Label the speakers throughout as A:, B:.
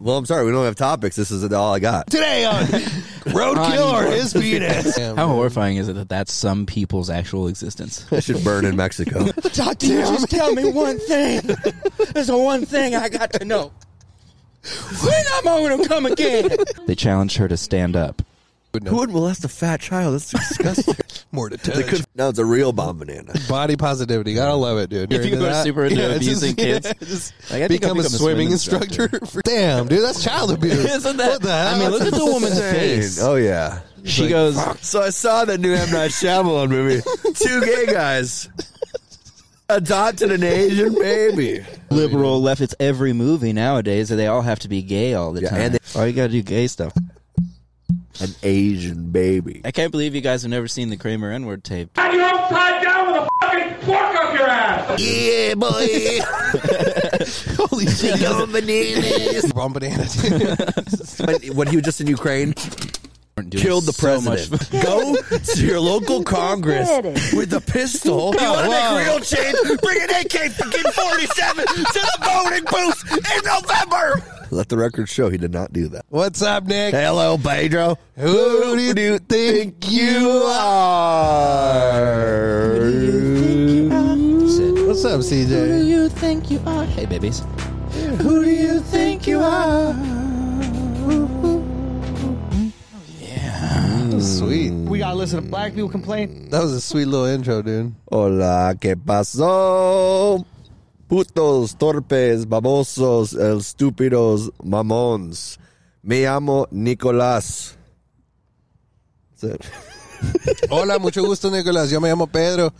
A: Well, I'm sorry, we don't have topics. This is all I got.
B: Today on Roadkill or His Penis.
C: How horrifying is it that that's some people's actual existence?
A: It should burn in Mexico.
D: Doctor, you just tell me one thing. There's the one thing I got to know. When am I going to come again?
C: They challenged her to stand up.
A: Who would molest a fat child? That's disgusting.
B: More to
A: they
B: touch.
A: could. No, it's a real bomb banana.
B: Body positivity. Gotta love it, dude.
C: If you
B: You're
C: go
B: that-
C: super into
B: it's
C: abusing kids,
B: yeah, just
C: like, I think I'll
B: become, a swimming instructor. Damn, dude, that's child abuse.
C: Isn't that?
B: What the hell?
C: I mean, look at the woman's face.
A: Oh yeah.
C: she goes,
A: So I saw the new M Night Shyamalan movie. Two gay guys adopted an Asian baby.
C: liberal left. It's every movie nowadays that they all have to be gay all the
A: Yeah,
C: time.
A: and
C: all you got to do gay stuff.
A: An Asian baby.
C: I can't believe you guys have never seen the Kramer N word tape.
E: Have you upside down with a fucking fork up your ass!
A: Yeah, boy.
B: Holy shit.
A: Go bananas.
B: Bomb banana. dude.
A: when, when he was just in Ukraine, killed the
C: so much-
A: president. Go to your local Congress with a pistol. You want to
B: wow.
A: make real change? Bring an AK fucking 47 to the voting booth in November. Let the record show he did not do that.
B: What's up, Nick?
A: Hello, Pedro. Who do you think you are?
B: What's up, CJ?
C: you think you are? Hey, babies.
B: Who do you think you are? Yeah. Sweet.
D: We got to listen to black people complain.
B: That was a sweet little intro, dude.
A: Hola, ¿qué pasó? Putos, torpes, babosos, estúpidos, mamones. Me llamo Nicolás. That's it.
B: Hola, mucho gusto, Nicolás. Yo me llamo Pedro.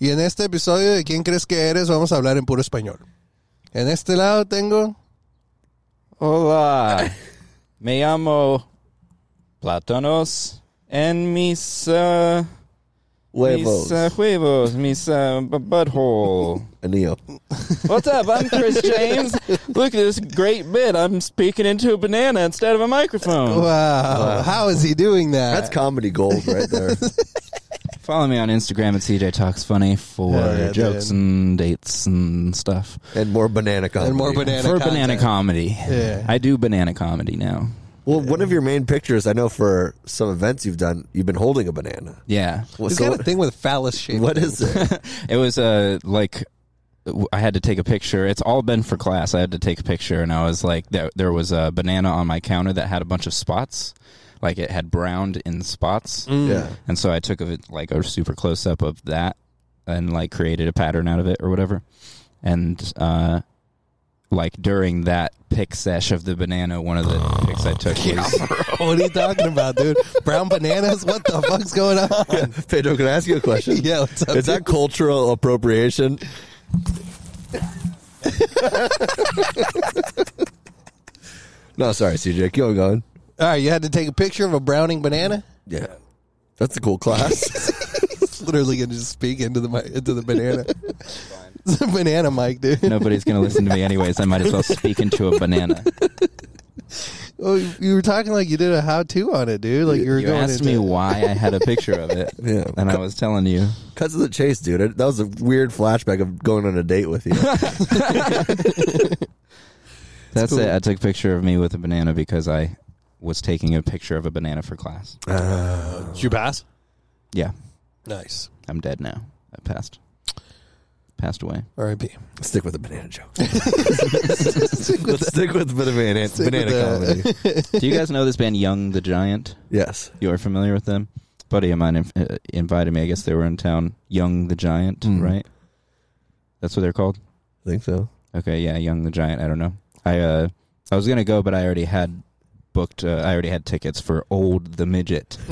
B: Y en este episodio de ¿Quién crees que eres? Vamos a hablar en puro español. En este lado tengo.
C: Hola. Me llamo Platanos en mis, uh,
B: eh,
C: mis uh,
A: Huevos.
C: huevos, mis uh, bu- butthole.
A: Anillo.
C: What's up? I'm Chris James. Look at this great bit. I'm speaking into a banana instead of a microphone.
B: Wow. How is he doing that?
A: That's comedy gold right there.
C: Follow me on Instagram at CJ Talks Funny for
B: Hell yeah,
C: jokes
B: dude.
C: and dates and stuff.
A: and more banana comedy.
B: and more banana.
C: for
B: content.
C: banana comedy.
B: Yeah.
C: I do banana comedy now.
A: Well, one of your main pictures, I know for some events you've done, you've been holding a banana.
C: Yeah.
A: Well,
B: He's
A: so
B: got a thing with phallus shape.
A: what is it?
C: It was uh, like w- I had to take a picture. It's all been for class. I had to take a picture, and I was like, there, there was a banana on my counter that had a bunch of spots, like it had browned in spots,
A: yeah.
C: and so I took a, like a super close up of that, and like created a pattern out of it or whatever, and uh, like during that pick sesh of the banana, one of the pics I took was.
B: what are you talking about, dude? Brown bananas? What the fuck's going on?
A: Pedro, can I ask you a question?
B: Yeah, what's up?
A: Is that cultural appropriation? no, sorry, CJ. Keep on going.
B: All right, you had to take a picture of a browning banana.
A: Yeah. That's a cool class.
B: It's literally gonna just speak into the mi- into the banana. it's a banana mic, dude.
C: Nobody's gonna listen to me anyways. I might as well speak into a banana.
B: Oh, you- you were talking like you did a how to on it, dude. Like you were
C: You
B: going
C: asked
B: into
C: me why I had a picture of it,
A: Yeah.
C: and I was telling you.
A: Cuts of the chase, dude. That was a weird flashback of going on a date with you.
C: That's it. I took a picture of me with a banana because I was taking a picture of a banana for class.
B: you pass.
C: Yeah,
B: Nice.
C: I'm dead now. I passed, passed away.
B: R.I.P.
A: Stick with the banana joke. Let's stick with the banana, banana
B: with
A: comedy.
C: Do you guys know this band Young the Giant?
A: yes.
C: You are familiar with them. Buddy of mine inv- uh, invited me. I guess they were in town. Young the Giant, right? That's what they're called.
A: I think so.
C: Okay, yeah, Young the Giant. I don't know. I uh, I was gonna go, but I already had booked. Uh, I already had tickets for Old the Midget.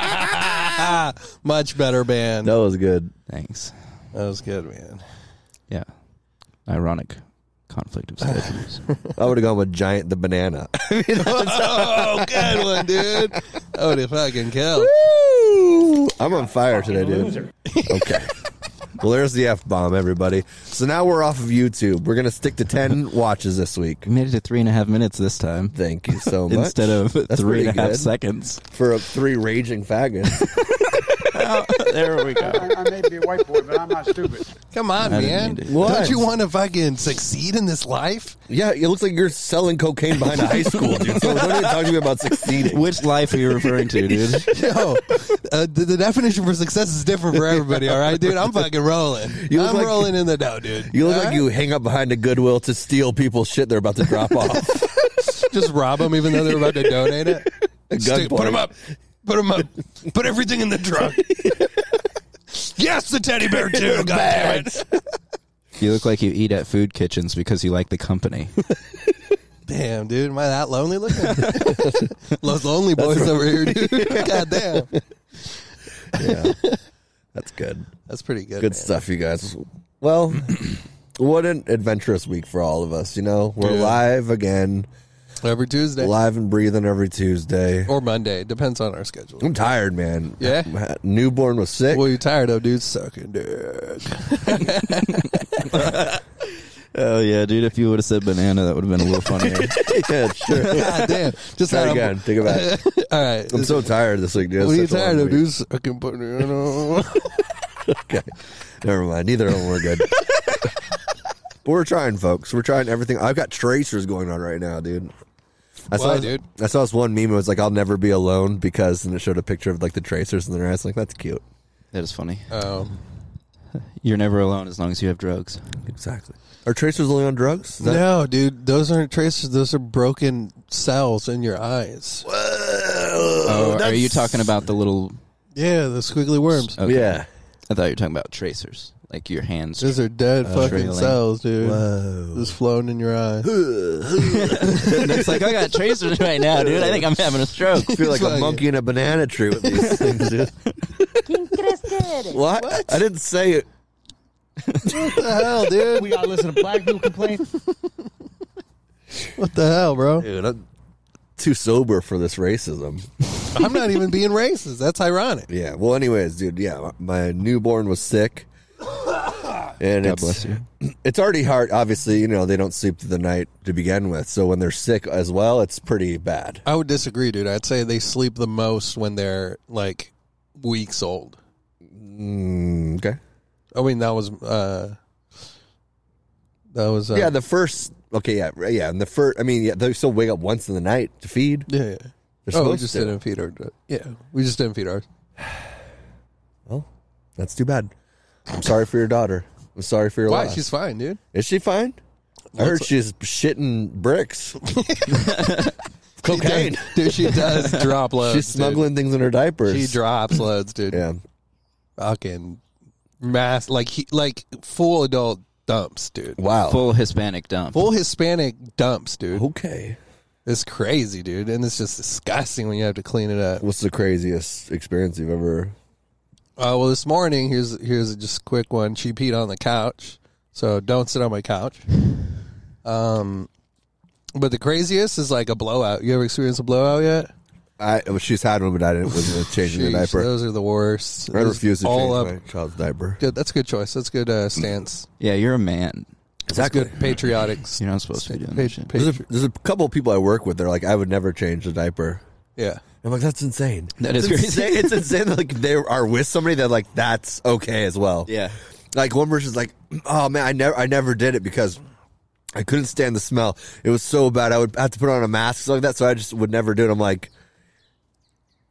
B: Ah, much better band.
A: That was good.
C: Thanks.
B: That was good, man.
C: Yeah, ironic conflict of schedules.
A: I would have gone with Giant the Banana.
B: oh, good one, dude. Oh, the fucking kill.
A: I'm on fire today, dude. Okay. Well, there's the F bomb, everybody. So now we're off of YouTube. We're going to stick to 10 watches this week.
C: we made it to three and a half minutes this time
A: Thank you so much.
C: instead of
A: That's
C: three
A: pretty
C: and a half
A: good.
C: seconds.
A: For a, three raging faggots.
F: out. There we go.
G: I, I may be a white boy, but I'm not stupid.
B: Come on,
F: I didn't
B: man.
F: need it.
A: What?
B: Don't you want to fucking succeed in this life?
A: Yeah, it looks like you're selling cocaine behind a high school, dude. So don't even talk to me about succeeding.
F: Which life are you referring to, dude?
B: Yo, uh, the, the definition for success is different for everybody. All right, dude. I'm fucking rolling.
A: You look
B: I'm
A: like-
B: rolling in the dough, dude.
A: You look
B: All
A: like
B: right?
A: you hang up behind a Goodwill to steal people's shit they're about to drop off.
B: just rob them, even though they're about to donate it. Stick, put
A: gunpoint.
B: them up. Put them up. Put everything in the trunk. yes, the teddy bear too. God damn it.
F: You look like you eat at food kitchens because you like the company.
B: Damn, dude, am I that lonely looking? Those lonely boys over here, dude. God damn,
A: That's good.
B: that's pretty good.
A: Good
B: man.
A: stuff, you guys. Well, what an adventurous week for all of us, you know? We're
B: Yeah.
A: live again,
B: Every Tuesday
A: live and breathing every Tuesday.
B: or Monday depends on our schedule.
A: I'm tired, man.
B: Yeah?
A: My newborn was sick.
B: What are you tired of, dude? Sucking dick.
F: Oh yeah, dude. If you would have said banana, that would have been a little funnier.
A: yeah, sure.
B: God damn, just
A: Try
B: not
A: again. Take it back.
B: All right.
A: I'm so tired this week, dude.
B: what are you
A: Such a long
B: tired of,
A: week.
B: dude? Sucking banana.
A: Okay. Never mind. Neither of them were good. But we're trying, folks. We're trying everything. I've got tracers going on right now, dude. I saw,
B: Why,
A: this-
B: dude?
A: I saw this one meme. It was like, "I'll never be alone" because, and it showed a picture of like the tracers in their eyes. Like, that's cute.
F: that is funny.
B: oh,
F: You're never alone as long as you have drugs.
A: Exactly. Are tracers only on drugs? Is that-
B: no, dude, those aren't tracers. Those are broken cells in your eyes.
F: Oh, are you talking about the little?
B: Yeah, the squiggly worms.
F: Okay.
A: Yeah.
F: I thought you were talking about tracers, like your hands.
B: Those are dead
A: Uh,
B: fucking
F: Trailing.
B: cells, dude. Just floating in your eye.
F: it's like I got tracers right now, dude. I think I'm having a stroke.
A: I feel like a
B: Fuck.
A: monkey in a banana tree with these things, dude. What? I didn't say it.
B: What the hell, dude?
G: We got to listen to black people complain.
B: What the hell, bro?
A: Dude, I'm too sober for this racism.
B: I'm not even being racist. That's ironic.
A: Yeah. Well, anyways, dude. Yeah, my my newborn was sick,
F: God
A: and it's
F: bless you.
A: it's already hard. Obviously, you know they don't sleep through the night to begin with, so when they're sick as well, it's pretty bad.
B: I would disagree, dude. I'd say they sleep the most when they're like weeks old.
A: Mm, Okay.
B: I mean, that was uh that was uh,
A: Yeah, the first. Okay, yeah, right, yeah, and the first. I mean, yeah, they still wake up once in the night to feed.
B: yeah. yeah.
A: They're
B: Oh, we
A: supposed
B: just
A: to.
B: didn't feed our. Yeah, we just didn't feed ours.
A: Well, that's too bad. I'm sorry for your daughter. I'm sorry for your
B: Why?
A: loss.
B: She's fine, dude.
A: Is she fine? I heard she's shitting bricks. Cocaine.
B: dude. She does drop loads.
A: She's
B: dude.
A: smuggling things in her diapers.
B: She drops loads, dude.
A: yeah.
B: Fucking mass, like he, like full adult dumps, dude.
A: Wow.
F: Full Hispanic dump.
B: Full Hispanic dumps, dude.
A: Okay.
B: It's crazy, dude, and it's just disgusting when you have to clean it up.
A: What's the craziest experience you've ever?
B: Uh, well, this morning here's here's just a quick one. She peed on the couch, so don't sit on my couch. Um, but the craziest is like a blowout. You ever experienced a blowout yet?
A: I well, she's had one, but I didn't wasn't changing the
B: Jeez,
A: diaper.
B: Those are the worst.
A: I
B: Those
A: refuse to
B: all
A: change
B: up.
A: my child's diaper.
B: Good. That's a good choice. That's a good uh, stance.
F: Yeah, you're a man.
B: That's good patriotic.
F: You're not supposed to be doing
B: Pa-
F: that shit.
B: pa-
A: There's a, there's a couple of people I work with. They're like, I would never change the diaper.
B: yeah.
A: I'm like, that's insane.
F: That
A: It's
F: is crazy.
A: insane. It's insane. that, Like they are with somebody that like that's okay as well.
F: Yeah.
A: Like one person's like, oh man, I never, I never did it because I couldn't stand the smell. It was so bad. I would have to put on a mask stuff like that, so I just would never do it. I'm like,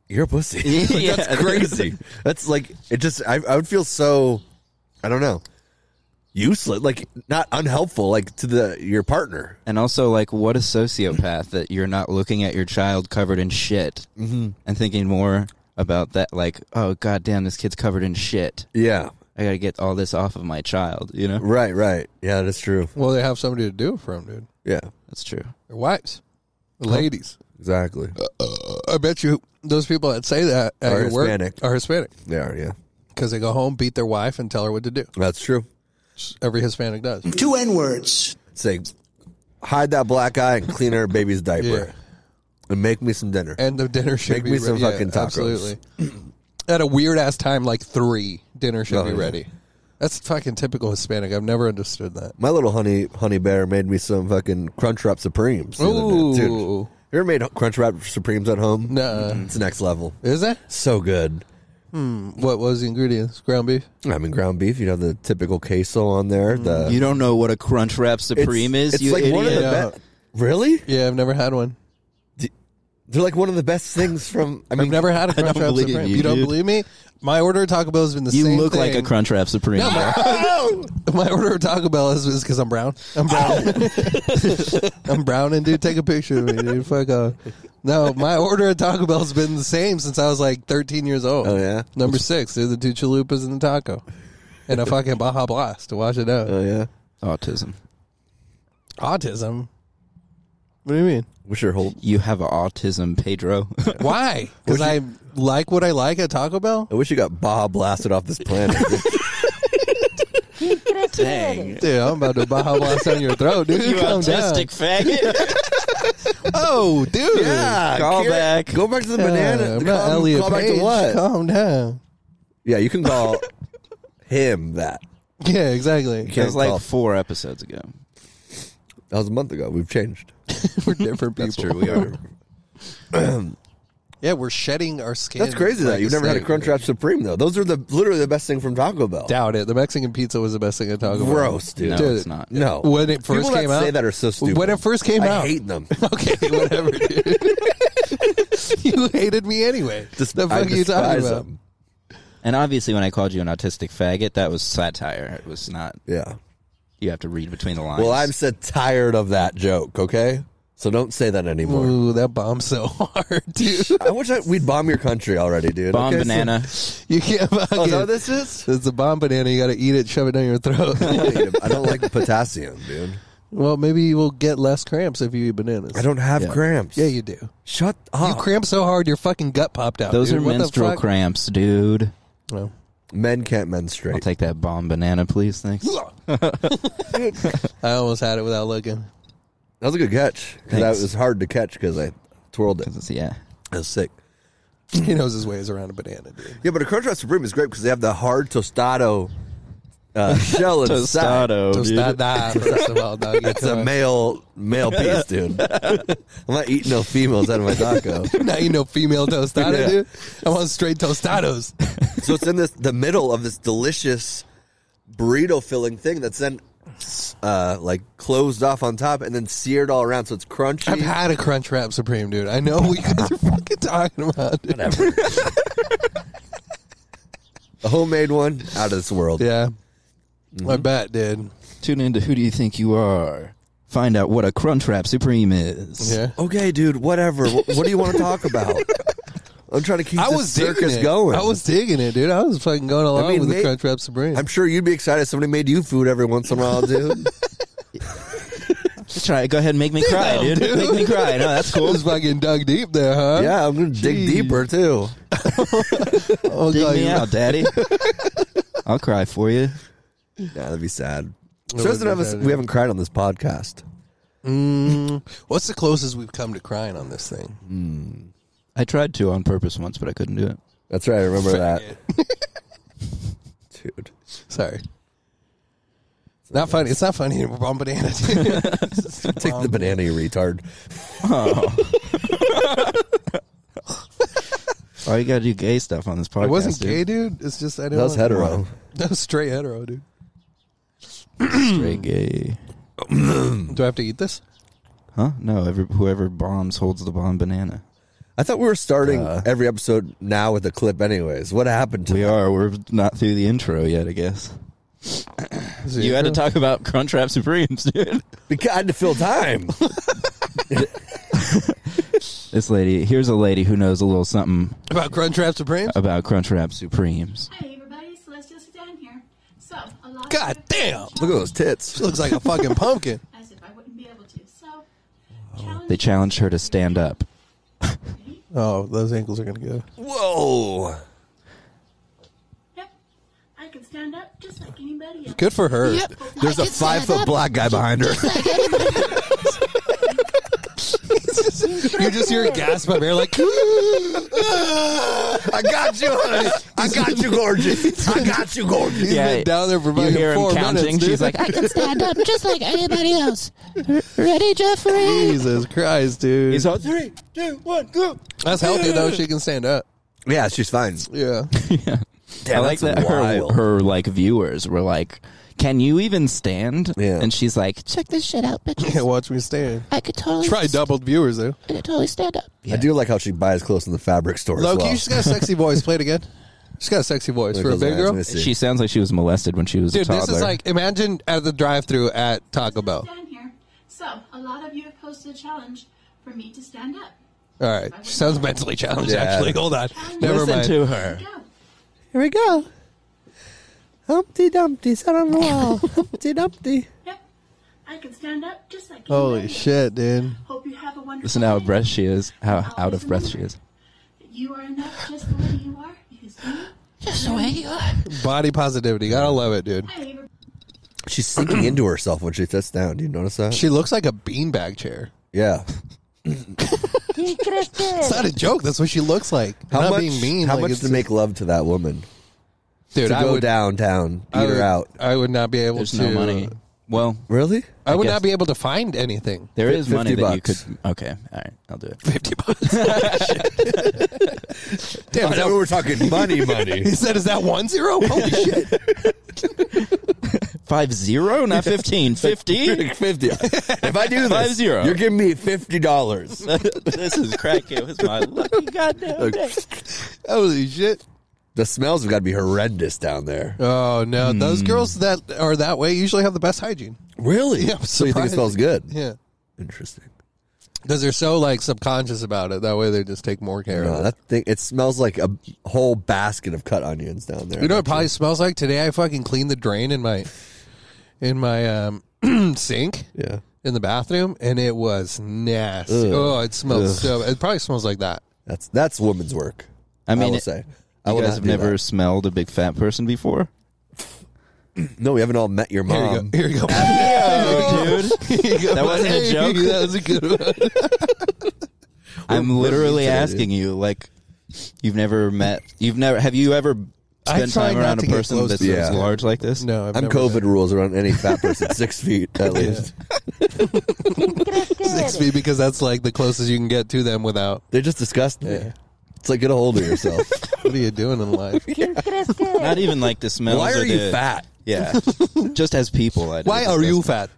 A: you're a pussy. Like,
F: Yeah.
A: That's crazy. that's like it. Just I, I would feel so, I don't know, useless. Like not unhelpful. Like to the your partner.
F: And also, like, what a sociopath that you're not looking at your child covered in shit
A: Mm-hmm.
F: and thinking more about that. Like, oh goddamn, this kid's covered in shit.
A: Yeah.
F: I gotta get all this off of my child. You know,
A: Right. Right. Yeah. That's true.
B: Well, they have somebody to do it for them, dude.
A: Yeah.
F: that's true.
B: Their wives, the ladies.
A: Exactly.
B: I bet you those people that say that at
A: Are
B: your work
A: Hispanic.
B: are Hispanic
A: They are. Yeah.
B: because they go home, beat their wife, and tell her what to do.
A: That's true.
B: Every Hispanic does.
H: Two N words.
A: Say, hide that black eye and clean her baby's diaper,
B: Yeah.
A: and make me some dinner.
B: And the dinner should
A: Make
B: be
A: me some
B: re- yeah,
A: fucking tacos.
B: Absolutely. at a weird ass time, like three, dinner should
A: Oh,
B: be
A: yeah.
B: ready. That's fucking typical Hispanic. I've never understood that.
A: My little honey honey bear made me some fucking Crunchwrap Supremes. the other day. Dude,
B: Ooh.
A: you ever made Crunchwrap Supremes at home?
B: Nuh-uh.
A: It's next level.
B: Is that?
A: So good.
B: What was the ingredients? Ground beef.
A: I mean, ground beef. You'd have the typical queso on
B: Mm-hmm.
A: there. The
I: You don't know what a Crunchwrap Supreme is,
A: It's
I: you
A: like
I: idiot.
A: one of the
B: idiot.
A: best. Really?
B: Yeah, I've never had one.
A: They're like one of the best things from. I
B: I
A: mean,
B: have never had a
I: I don't
B: Crunchwrap
I: believe
B: Supreme.
I: you,
B: You, don't
I: dude.
B: believe me? My order at Taco Bell has been the
I: you
B: same.
I: look like a
B: thing.
I: Crunchwrap Supreme. bro.
B: My order at Taco Bell is because I'm brown. I'm brown. I'm brown and dude, take a picture of me, dude. Fuck off. No, my order at Taco Bell has been the same since I was like 13 years old.
A: Oh, yeah?
B: Number six, dude, the two chalupas and the taco, and a fucking Baja Blast to wash it out.
A: Oh yeah.
C: Autism.
B: Autism. What do you mean?
A: What's your whole?
C: You have autism, Pedro.
B: Why? Because I like what I like at Taco Bell.
A: I wish you got Baja blasted off this planet.
I: Dang.
B: Dude, I'm about to Baja Blast down your throat, dude.
I: You
B: Calm down.
I: autistic faggot.
B: Oh, dude.
I: Call
A: Kira,
I: back.
A: Go back to the
B: Yeah,
A: banana.
B: I'm
A: call,
B: not Elliot
A: call back to
B: Page.
A: what?
B: Calm down.
A: Yeah, you can call him that.
B: Yeah, exactly.
A: Can't
C: That was like
A: call-
C: four episodes ago.
A: That was a month ago. We've changed.
B: We're different people.
C: That's true. We are.
B: Yeah, we're shedding our skin.
A: That's crazy
B: like
A: that you've never had a
B: snake.
A: Crunchwrap Supreme though. Those are the literally the best thing from Taco Bell.
B: Doubt it. The Mexican pizza was the best thing at Taco Bell.
A: Gross, dude.
C: No,
B: Dude.
C: it's not.
A: No.
B: When it first
A: People that
B: came out,
A: say that are so stupid.
B: When it first came
A: I
B: out,
A: hate them.
B: okay, whatever. Dude. you hated me anyway.
A: Just,
B: the
A: I
B: fuck are you talking
A: despise
B: about?
A: them.
C: And obviously, when I called you an autistic faggot, that was satire. It was not.
A: Yeah.
C: You have to read between the lines.
A: Well, I'm so tired of that joke. Okay, so don't say that anymore.
B: Ooh, that bombs so hard, dude.
A: I wish I, we'd bomb your country already, dude.
C: bomb
A: Okay, so-
C: banana.
B: You can't fucking.
A: oh, is that what this is?
B: it's a bomb banana. You got to eat it, shove it down your throat.
A: I don't like potassium, dude.
B: well, maybe you will get less cramps if you eat bananas.
A: I don't have
C: Yeah.
A: cramps.
B: Yeah, you do.
A: shut
B: You
A: up.
B: cramp so hard, your fucking gut popped out.
C: Those
B: dude.
C: are
B: What the
C: menstrual
B: fuck?
C: cramps, dude.
B: No.
A: Men can't
C: I'll
A: menstruate.
C: take that bomb banana, please. Thanks.
B: I almost had it without looking.
A: that was a good catch. 'Cause That
C: Thanks.
A: was hard to catch because I twirled it.
C: 'Cause it's- yeah.
A: I was sick.
B: He knows his ways around a banana, dude.
A: Yeah, but a Crunchwrap Supreme is great because they have the hard tostado uh, shell inside.
C: Tostado,
B: Just
C: dude.
B: that, that, first of all, dog.
A: It's a male male piece, dude. I'm not eating no females out of my taco.
B: Now you know female tostado,
A: Yeah.
B: dude. I want straight tostados.
A: So it's in this the middle of this delicious burrito filling thing that's then uh, like closed off on top and then seared all around, so it's crunchy.
B: I've had a Crunchwrap Supreme, dude. I know what you guys are fucking talking about. dude.
A: a homemade one out of this world.
B: Yeah.
A: Mm-hmm.
B: I bet, dude.
C: Tune in to Who Do You Think You Are? Find out what a Crunchwrap Supreme is.
B: Yeah.
A: Okay, dude. Whatever. what, what do you want to talk about? I'm trying to keep
B: I
A: this
B: was digging
A: circus
B: it.
A: going.
B: I was digging it, dude. I was fucking going along
A: mean,
B: with
A: may-
B: the Crunchwrap Supreme.
A: I'm sure you'd be excited if somebody made you food every once in a while, dude.
C: Just try it. Go ahead and make me cry, dude.
B: dude.
C: Make me cry. No, that's
B: I
C: cool.
B: was fucking dug deep there, huh?
A: yeah, I'm gonna dig
B: Jeez.
A: deeper too.
B: Oh,
C: Dig
B: God,
C: me
B: you-
C: out, daddy. I'll cry for you.
A: Yeah, that'd be sad.
B: would
A: So doesn't
B: be
A: have us,
B: sad,
A: we
B: yeah.
A: haven't cried on this podcast.
B: Mm, what's the closest we've come to crying on this thing?
C: I tried to on purpose once, but I couldn't do it.
A: That's right. I remember that, dude.
B: Sorry. It's not funny. It's not funny. We're on banana.
A: Take the banana, you retard.
C: All you gotta do gay stuff on this podcast.
B: I wasn't
C: dude.
B: gay, dude. It's just I didn't.
A: That was
B: want-
A: hetero.
B: That was straight hetero, dude.
C: Straight gay.
B: Do I have to eat this?
C: Huh? No, every, whoever bombs holds the bomb banana.
A: I thought we were starting every episode now with a clip, anyways. What happened to
C: We are. We're not through the intro yet, I guess.
B: Is it
C: You had to
B: hetero?
C: talk about Crunchwrap Supremes, dude.
A: Because I had to fill time.
C: This lady, here's a lady who knows a little something
B: about Crunchwrap Supreme.
C: about Crunchwrap Supremes.
J: Hey everybody, Celestial Sedan here. So, a lot
B: God damn!
A: Look at those tits.
B: She looks like a fucking pumpkin.
J: as if I wouldn't be able to. So, challenge
C: They challenged her to stand up.
B: Oh, those ankles are gonna go.
A: Whoa.
J: Yep. I can stand up just like anybody else.
B: Good for her.
A: There's a five foot black guy behind her.
B: You just hear a gasp of air, like
A: "Ah, I got you, honey. I got you, gorgeous. I got you, gorgeous.
B: yeah, been down there for
C: You
B: fucking
C: hear him
B: four
C: counting.
B: minutes. dude.
C: She's like, I can stand up.
K: just like anybody else. R- Ready, Jeffrey?
B: Jesus Christ, dude.
C: He's all,
L: Three, two, one, go.
B: That's healthy though. She can stand up.
A: Yeah, she's fine.
B: Yeah.
C: yeah.
A: Damn,
C: I like
A: that's
C: that her,
A: wild.
C: her like viewers were like, "Can you even stand?"
A: Yeah.
C: And she's like,
K: Check this shit out, bitches.
B: Can't watch me stand.
K: I could totally
B: Try doubled viewers though.
K: I could totally stand up.
A: I do like how she buys clothes in the fabric store. as
B: Loki,
A: well.
B: she's got a sexy voice. Play it again. She's got a sexy voice for a
A: Because
B: big
A: I
B: girl.
A: miss it.
C: "She sounds like she was molested when she was a
B: Dude,
C: toddler."
B: this is like imagine at the drive-through at Taco Bell.
J: Stand here. So, a lot of you have posted a challenge for me to stand up.
B: All right, she sounds mentally challenged.
A: Yeah.
B: Actually, hold on. Never
C: Listen
B: mind.
C: to her.
J: Go.
A: Here we go. Humpty Dumpty sat on the wall. Humpty Dumpty.
J: Yep. I can stand up just like
B: Holy
J: anybody.
B: shit, dude!
J: Hope you have a wonderful
C: Listen to how
J: day.
C: breath she is. How out of breath she is.
J: You are enough just the way you are. Because you,
K: Just the way you are.
B: Body positivity. Gotta love it, dude.
J: I ever
A: She's sinking into herself when she sits down. Do you notice that?
B: She looks like a beanbag chair.
A: yeah.
B: It's not a joke. That's what she looks like.
A: How
B: not
A: much?
B: being mean.
A: how
B: like,
A: much
B: it's-
A: to make love to that woman?
B: dude?
A: To
B: I
A: go
B: would,
A: downtown, beat
B: I would,
A: her out.
B: I would not be able
C: There's
B: to.
C: no money. Well,
A: Really?
B: I would
C: guess-
B: not be able to find anything.
C: there is money
A: 50
C: that you
A: bucks.
C: could. Okay, all right, I'll do it.
B: Fifty bucks. Damn,
A: I
B: is
A: thought
B: that-
A: we were talking money, money.
B: he said, "Is that one zero? Holy shit!"
C: Five zero, not fifteen. Fifty.
A: Fifty. If I do this,
C: Five zero.
A: you're giving me fifty dollars.
C: this is crack. It was my lucky goddamn day.
B: Holy shit!
A: the smells have got to be horrendous down there.
B: Oh no,
A: Hmm.
B: those girls that are that way usually have the best hygiene.
A: Really?
B: Yeah, I'm
A: so you think it
B: surprised.
A: smells good?
B: Yeah,
A: Interesting.
B: because they're so like subconscious about it. That way they just take more care
A: No,
B: of it.
A: Uh, that thing it smells like a whole basket of cut onions down there.
B: You know what it probably smells like today? I fucking cleaned the drain in my in my um, sink
A: Yeah.
B: in the bathroom, and it was nasty.
A: Ugh.
B: Oh, it smells
A: Ugh.
B: so. It probably smells like that.
A: That's that's woman's work.
C: I mean,
A: I will
C: it-
A: say. I
C: you
A: would
C: guys
A: not
C: have
A: do
C: never
A: that.
C: smelled a big fat person before.
A: No, we haven't all met your
B: Here
A: mom.
B: you go. Here you go. There
C: dude.
B: you go.
C: That wasn't a joke?
B: That was a good one.
C: I'm literally
A: today,
C: asking you, like, you've never met, you've never, have you ever
B: I
C: spent
B: try
C: time
B: not
C: around a
B: to get
C: person
B: close
C: that's
A: to
C: as
A: them.
C: large like this?
B: No, I've
A: I'm
B: never
A: COVID
B: done
A: rules around any fat person six feet at least.
B: six feet because that's like the closest you can get to them without.
A: They just disgust me. It's like get a hold of yourself.
B: What are you doing in life?
C: Not even like the smells.
A: Why
C: or
A: are you
C: the-
A: fat?
C: Yeah, just as people. I
B: Why are you fat?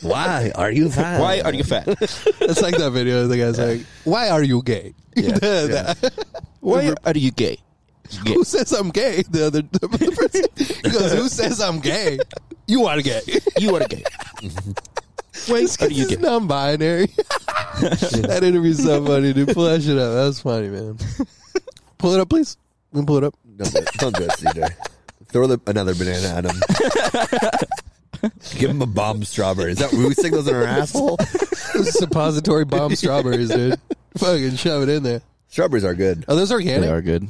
A: Why are you fat?
C: Why are you fat?
B: It's like that video. The guy's like, "Why are you gay?" That-
C: Why are you gay? Gay.
B: Who says I'm gay? The other the person he goes, "Who says I'm gay?" You are gay.
C: You are gay. Why
B: This
C: are
B: kid's
C: you
B: is
C: gay?
B: non-binary. that interview's so funny, dude. Pull that shit up. That was funny, man. Pull it up, please. We can pull it up.
A: Don't do it, don't do it CJ. Throw the, another banana at him. Give him a bomb strawberry. Is that we stick those in our asshole?
B: It was suppository bomb strawberries, dude. Fucking shove it in there.
A: Strawberries are good.
B: Are those
C: They
B: organic?
C: are good.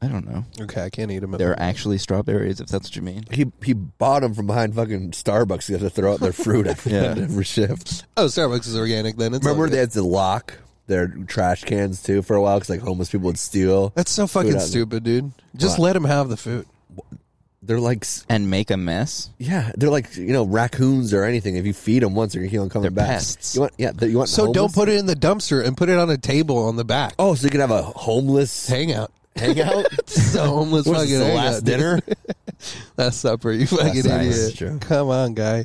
C: I don't know.
B: Okay, I can't eat them.
C: They're actually strawberries, if that's what you mean.
A: He he bought them from behind fucking Starbucks. You have to throw out their fruit after
C: Yeah.
A: every shift.
B: Oh, Starbucks is organic then. It's all
A: Remember
B: good.
A: they had to lock their trash cans too for a while because like homeless people would steal.
B: That's so
A: out
B: fucking
A: there.
B: stupid, dude. Just let 'em let them have the food.
A: They're like s-
C: And make a mess.
A: yeah, they're like you know raccoons or anything. If you feed them once, they're gonna keep on coming
C: They're
A: back.
C: pests.
A: You want yeah? th- You want
B: So don't
A: homeless-
B: put it in the dumpster and put it on a table on the back.
A: Oh, so you can have a homeless
B: Hangout.
A: hangout.
B: It's a homeless
A: What's
B: fucking
A: this, the
B: hangout,
A: last
B: dude.
A: dinner?
B: Last supper, you fucking
A: supper, that's
B: idiot.
A: true.
B: Come on, guy.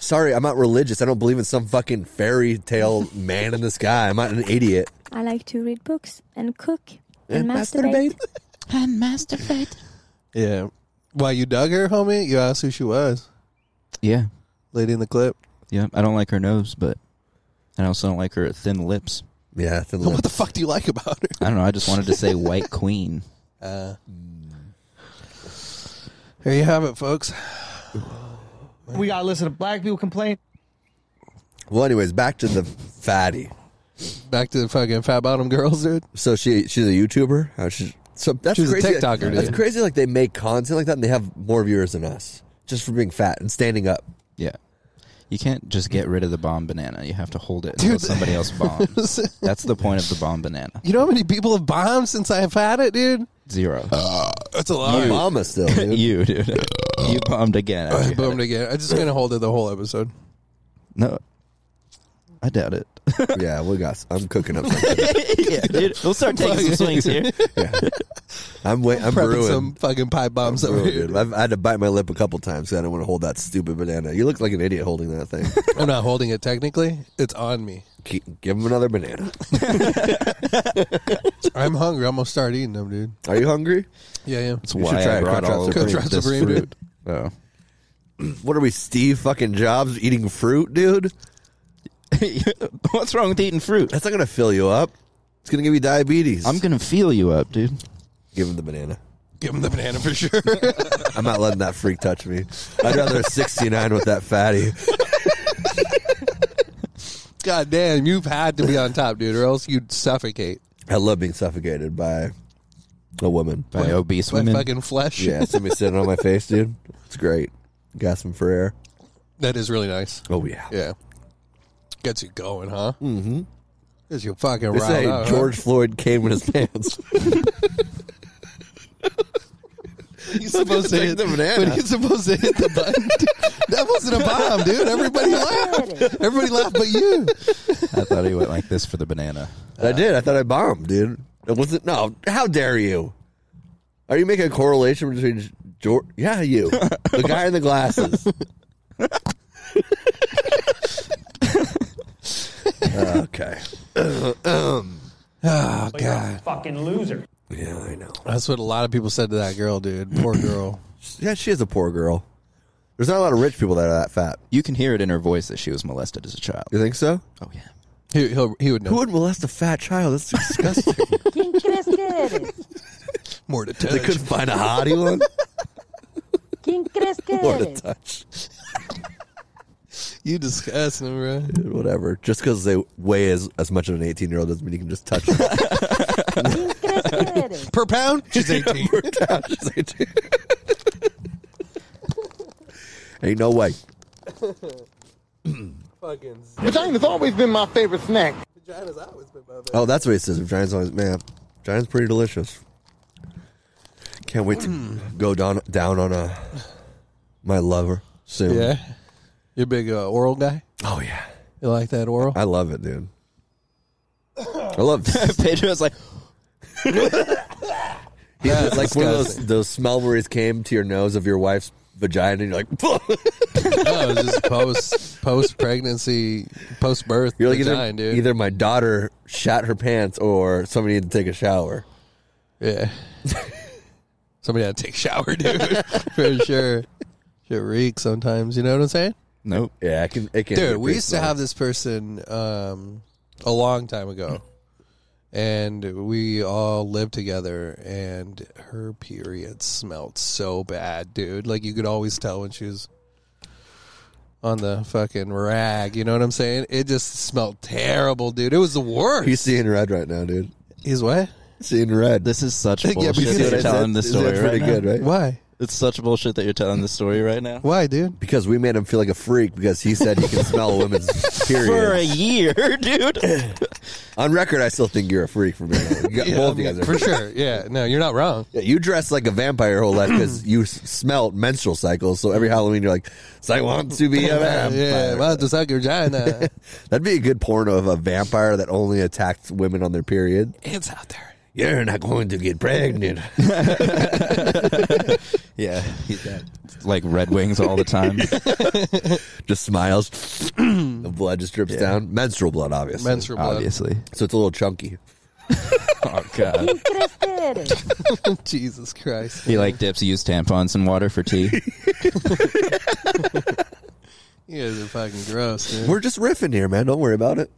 A: Sorry, I'm not religious. I don't believe in some fucking fairy tale man in the sky. I'm not an idiot. Eh,
M: I like to read books and cook and, masturbate.
K: And masturbate.
B: Yeah. While you dug her, homie, you asked who she was.
C: Yeah.
B: Lady in the clip.
C: Yeah. I don't like her nose, but I also don't like her thin lips.
A: Yeah, thin
B: What
A: lip.
B: the fuck do you like about her?
C: I don't know. I just wanted to say white queen.
B: There you have it, folks.
N: We gotta listen to black people complain.
A: well, anyways, back to the fatty.
B: Back to the fucking fat bottom girls, dude.
A: So she she's a YouTuber. How she- so that's
B: She's a
A: crazy.
B: TikToker,
A: That's
B: dude.
A: crazy. Like they make content like that, and they have more viewers than us just for being fat and standing up.
C: Yeah. You can't just get rid of the bomb banana. You have to hold it until
B: Dude.
C: somebody else bombs. That's the point of the bomb banana.
B: You know how many people have bombed since I've had it, dude?
C: Zero.
B: That's a lot.
A: Mama still, dude.
C: you, dude. you bombed again. after you had
B: Boomed
C: it.
B: again. I'm just gonna hold it the whole episode.
C: No.
F: I doubt it.
A: yeah, we got. I'm cooking up. Something.
C: yeah, dude. We'll start taking some swings here.
A: I'm wait. I'm
B: Prepping
A: brewing.
B: some fucking pie bombs
A: I'm
B: over
A: brewing,
B: here.
A: dude. I've, I had to bite my lip a couple times. 'cause I don't want to hold that stupid banana. You look like an idiot holding that thing.
B: I'm not holding it technically. It's on me.
A: Keep, give him another banana.
B: I'm hungry. I'm gonna start eating them, dude.
A: Are you hungry?
B: Yeah, yeah.
F: That's
A: You
F: why
A: should try
F: I
A: it,
F: brought
A: Crunch
F: all
A: Wrap
F: of
B: Supreme.
F: this
B: Crunch Supreme,
F: fruit. Oh.
A: What are we, Steve? Fucking Jobs eating fruit, dude.
C: Oh. What's wrong with eating fruit?
A: That's not gonna fill you up. It's gonna give you diabetes.
F: I'm gonna feel you up, dude.
A: give him the banana.
B: Give him the banana for sure.
A: I'm not letting that freak touch me. I'd rather a 69 with that fatty.
B: God damn, you've had to be on top, dude, or else you'd suffocate
A: I love being suffocated by a woman.
F: By obese
B: by
F: women.
B: fucking flesh.
A: Yeah, somebody sitting on my face, dude. It's great. Gasping for air.
B: That is really nice.
A: Oh yeah.
B: Yeah. Gets you going, huh? Mm-hmm. Gets you fucking
A: They
B: right
A: say
B: up.
A: George Floyd came in his pants.
B: He's supposed to hit the banana. But he's supposed to hit the button. that wasn't a bomb, dude. Everybody laughed. Everybody laughed but you.
F: I thought he went like this for the banana.
A: I did. I thought I bombed, dude. It wasn't. No. How dare you? Are you making a correlation between George? Yeah, you, the guy in the glasses. okay.
B: Oh god.
E: Fucking loser.
A: Yeah, I know.
B: That's what a lot of people said to that girl, dude. Poor girl.
A: Yeah, she is a poor girl. There's not a lot of rich people that are that fat.
F: You can hear it in her voice that she was molested as a child.
A: You think so?
F: Oh yeah.
B: He he'll, he would know
A: Who would molest a fat child? That's disgusting.
O: ¿Quién crees que eres?
B: more to
A: they
B: touch.
A: couldn't find a hottie one.
O: ¿Quién crees que
A: Or to
O: eres?
A: touch.
B: You disgusting, bro.
A: Whatever. Just because they weigh as, as much of an 18 year old doesn't mean you can just touch them.
O: ¿Quién crees que eres?
B: Per pound? She's 18.
A: Just like, dude. Ain't no way.
B: fucking
H: Vagina's always been my favorite snack.
B: vagina's always been my
A: Oh, that's what he says. Giant's always, man, Giant's pretty delicious. Can't wait to
B: Hmm.
A: go down down on a my lover soon.
B: Yeah. You're a big uh, oral guy?
A: Oh yeah.
B: You like that oral?
A: I love it, dude. I love
C: Pedro's like,
A: Yeah, it's like one of those
B: disgusting.
A: those smell where it came to your nose of your wife's vagina, and you're like,
B: No, it's just post post pregnancy, post birth.
A: you're like
B: vagina,
A: either,
B: dude.
A: either my daughter shat her pants or somebody needed to take a shower.
B: Yeah. Somebody had to take a shower, dude. For sure. Shit reeks sometimes. You know what I'm saying?
F: Nope.
A: Yeah, I can. It can.
B: Dude, we used to have this person um, a long time ago. And we all lived together, and her period smelled so bad, dude. Like, you could always tell when she was on the fucking rag. You know what I'm saying? It just smelled terrible, dude. It was the worst.
A: He's seeing red right now, dude.
B: He's what?
A: Seeing red.
C: "This is such
B: Yeah,
C: bullshit
B: because-
C: that
B: See what
C: you're
B: I
C: telling the
A: Isn't that
C: story right
A: pretty
C: now.
A: good, right?
B: Why?
C: It's such bullshit that you're telling the story right now."
B: Why, dude?
A: Because we made him feel like a freak because he said he can smell a woman's
C: For a
A: period.
C: year, dude.
A: On record, I still think you're a freak for me. You got, both of you guys are.
B: For sure. Yeah. No, you're not wrong.
A: Yeah, you dress like a vampire your whole life because you s- smelled menstrual cycles. So every Halloween, you're like, "So I want to be a vampire.
B: Yeah, well, just like your vagina.
A: That'd be a good porno of a vampire that only attacks women on their period.
B: it's out there.
A: You're not going to get pregnant.
F: Yeah, he's that. Like Red Wings all the time.
A: just smiles. the blood just drips down. Menstrual blood, obviously.
B: Menstrual blood.
F: Obviously.
A: So it's a little chunky.
F: Oh god.
O: ¿Quién crees que eres?
B: Jesus Christ.
F: He like dips used tampons in water for tea.
B: You guys are fucking gross, dude.
A: We're just riffing here, man. Don't worry about it.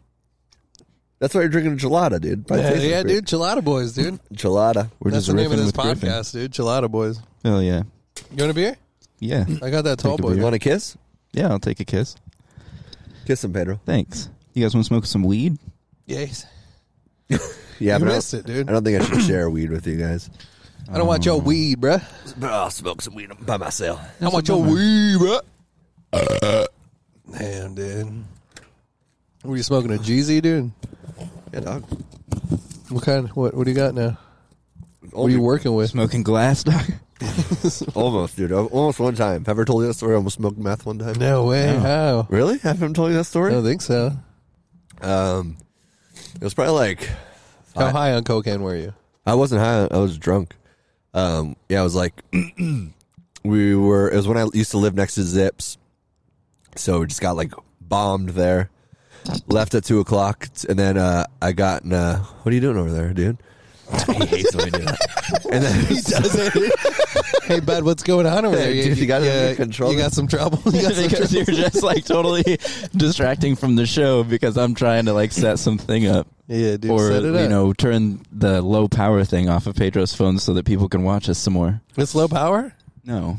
A: That's why you're drinking a gelada, dude. Probably
B: Hell
A: tastes
B: yeah,
A: great.
B: dude. Gelada Boys, dude.
A: Gelada.
F: We're
B: That's
F: just
B: the name of
F: riffing
B: this
F: with Griffin.
B: podcast, dude. Gelada Boys.
F: Oh yeah,
B: You want a beer?
F: yeah,
B: I got that tall
F: Take a
B: boy.
A: You
F: beer.
A: want to kiss?
F: yeah. I'll take a kiss.
A: Kiss him, Pedro.
F: Thanks. You guys want to smoke some weed?
B: Yes.
A: Yeah,
B: You
A: but I
B: missed
A: don't-
B: it, dude.
A: I don't think I should share weed with you guys.
B: I don't want your weed, bruh.
A: But I'll smoke some weed by myself.
B: I want your weed, bruh. Damn, dude. Were you smoking a Jeezy, dude?
A: Yeah, dog.
B: What kind? What? What do you got now? What are you working with?
F: Smoking glass, doc.
A: Almost, dude. Almost one time. Have I told you that story? I almost smoked meth one time.
B: No way. How?
A: Really? Have I told you that
B: I
A: story?
B: don't think so.
A: Um, it was probably like
B: How high on cocaine were you?
A: I wasn't high. I was drunk. Um, yeah, I was like, we were. It was when I used to live next to Zips, so we just got like bombed there. Left at two o'clock, and then uh, I got. In a, what are you doing over there, dude? He hates when I do that. And then he does it.
B: Hey, bud, what's going on over
A: Hey,
B: there?
A: dude, you got it under control.
B: You got some trouble. You got some
C: because you're
B: trouble.
C: just like totally distracting from the show because I'm trying to like set something up.
B: Yeah, dude.
C: or
B: set it
C: you
B: up.
C: know, turn the low power thing off of Pedro's phone so that people can watch us some more.
B: it's low power.
C: No,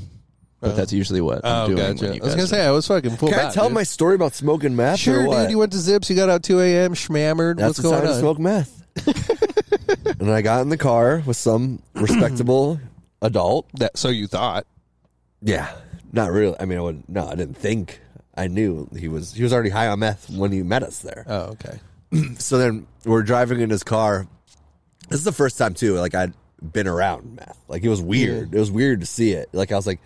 C: but that's usually what I'm
B: Oh,
C: doing.
B: gotcha.
C: when
B: I
C: you
B: was
C: guys
B: gonna say I was fucking full.
A: Can I
B: bat,
A: tell
B: dude.
A: my story about smoking meth?
B: Sure,
A: or what?
B: dude. You went to Zips. You got out 2 a.m. Schmammered.
A: That's
B: What's
A: the
B: going
A: time
B: on?
A: to smoke meth. and I got in the car with some respectable adult.
B: That, so you thought?
A: Yeah, not really. I mean, I would, no, I didn't think. I knew he was he was already high on meth when he met us there.
B: Oh, okay.
A: So then we're driving in his car. This is the first time too. Like I'd been around meth. Like it was
B: Mm.
A: weird. It was weird to see it. Like I was like,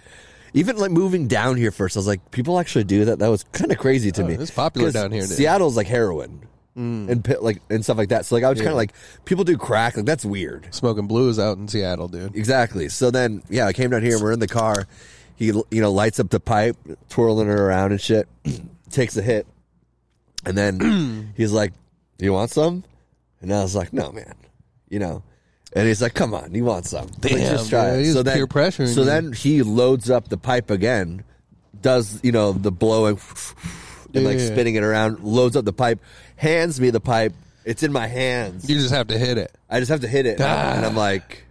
A: even like moving down here first, I was like, people actually do that. That was kind of crazy to
B: Oh,
A: me.
B: it's popular
A: 'Cause
B: down here, dude. Mm.
A: Seattle's like heroin. And pit, like and stuff like that. So like I was kind of like people do crack. Like that's weird.
B: Smoking blues out in Seattle, dude.
A: Exactly. So then, yeah, I came down here. We're in the car. He, you know, lights up the pipe, twirling her around and shit. takes a hit, and then he's like, "You want some?" And I was like, "No, man." You know, and he's like, "Come on, you want some? Damn, just try
B: yeah,
A: it."
B: he's
A: So then,
B: peer pressuring
A: So
B: you.
A: then he loads up the pipe again. Does you know the blowing and like
B: Yeah.
A: spinning it around? Loads up the pipe, hands me the pipe. It's in my hands.
B: You just have to hit it.
A: I just have to hit it, and I'm- and I'm like,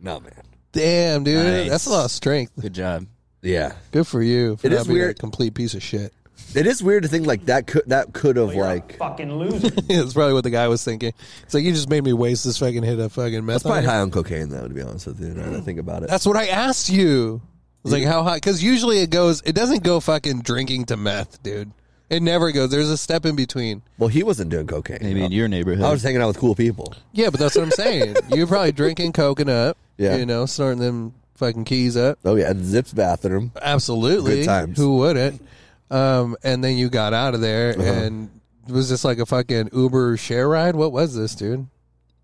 A: "No, man."
B: Damn, dude.
C: Nice.
B: That's a lot of strength.
C: Good job.
A: Yeah,
B: Good for you. For
A: It is
B: not being a
A: weird.
B: complete piece of shit.
A: it is weird to think like that could that could have like
E: Fucking loser.
B: That's probably what the guy was thinking. It's like you just made me waste this fucking hit of fucking meth.
A: that's probably
B: on it.
A: high on cocaine though. To be honest with you, now that I think about it,
B: That's what I asked you. I was like, how high? Because usually it goes. It doesn't go fucking drinking to meth, dude. It never goes. There's a step in between.
A: well, he wasn't doing cocaine.
C: Maybe in your neighborhood.
A: I was hanging out with cool people.
B: Yeah, but that's what I'm saying. You're probably drinking coconut.
A: Yeah.
B: You know, snorting them fucking keys up.
A: Oh yeah, in Zip's bathroom.
B: Absolutely.
A: Good times.
B: Who wouldn't? Um, and then you got out of there
A: Uh-huh.
B: and was this like a fucking Uber share ride? What was this, dude?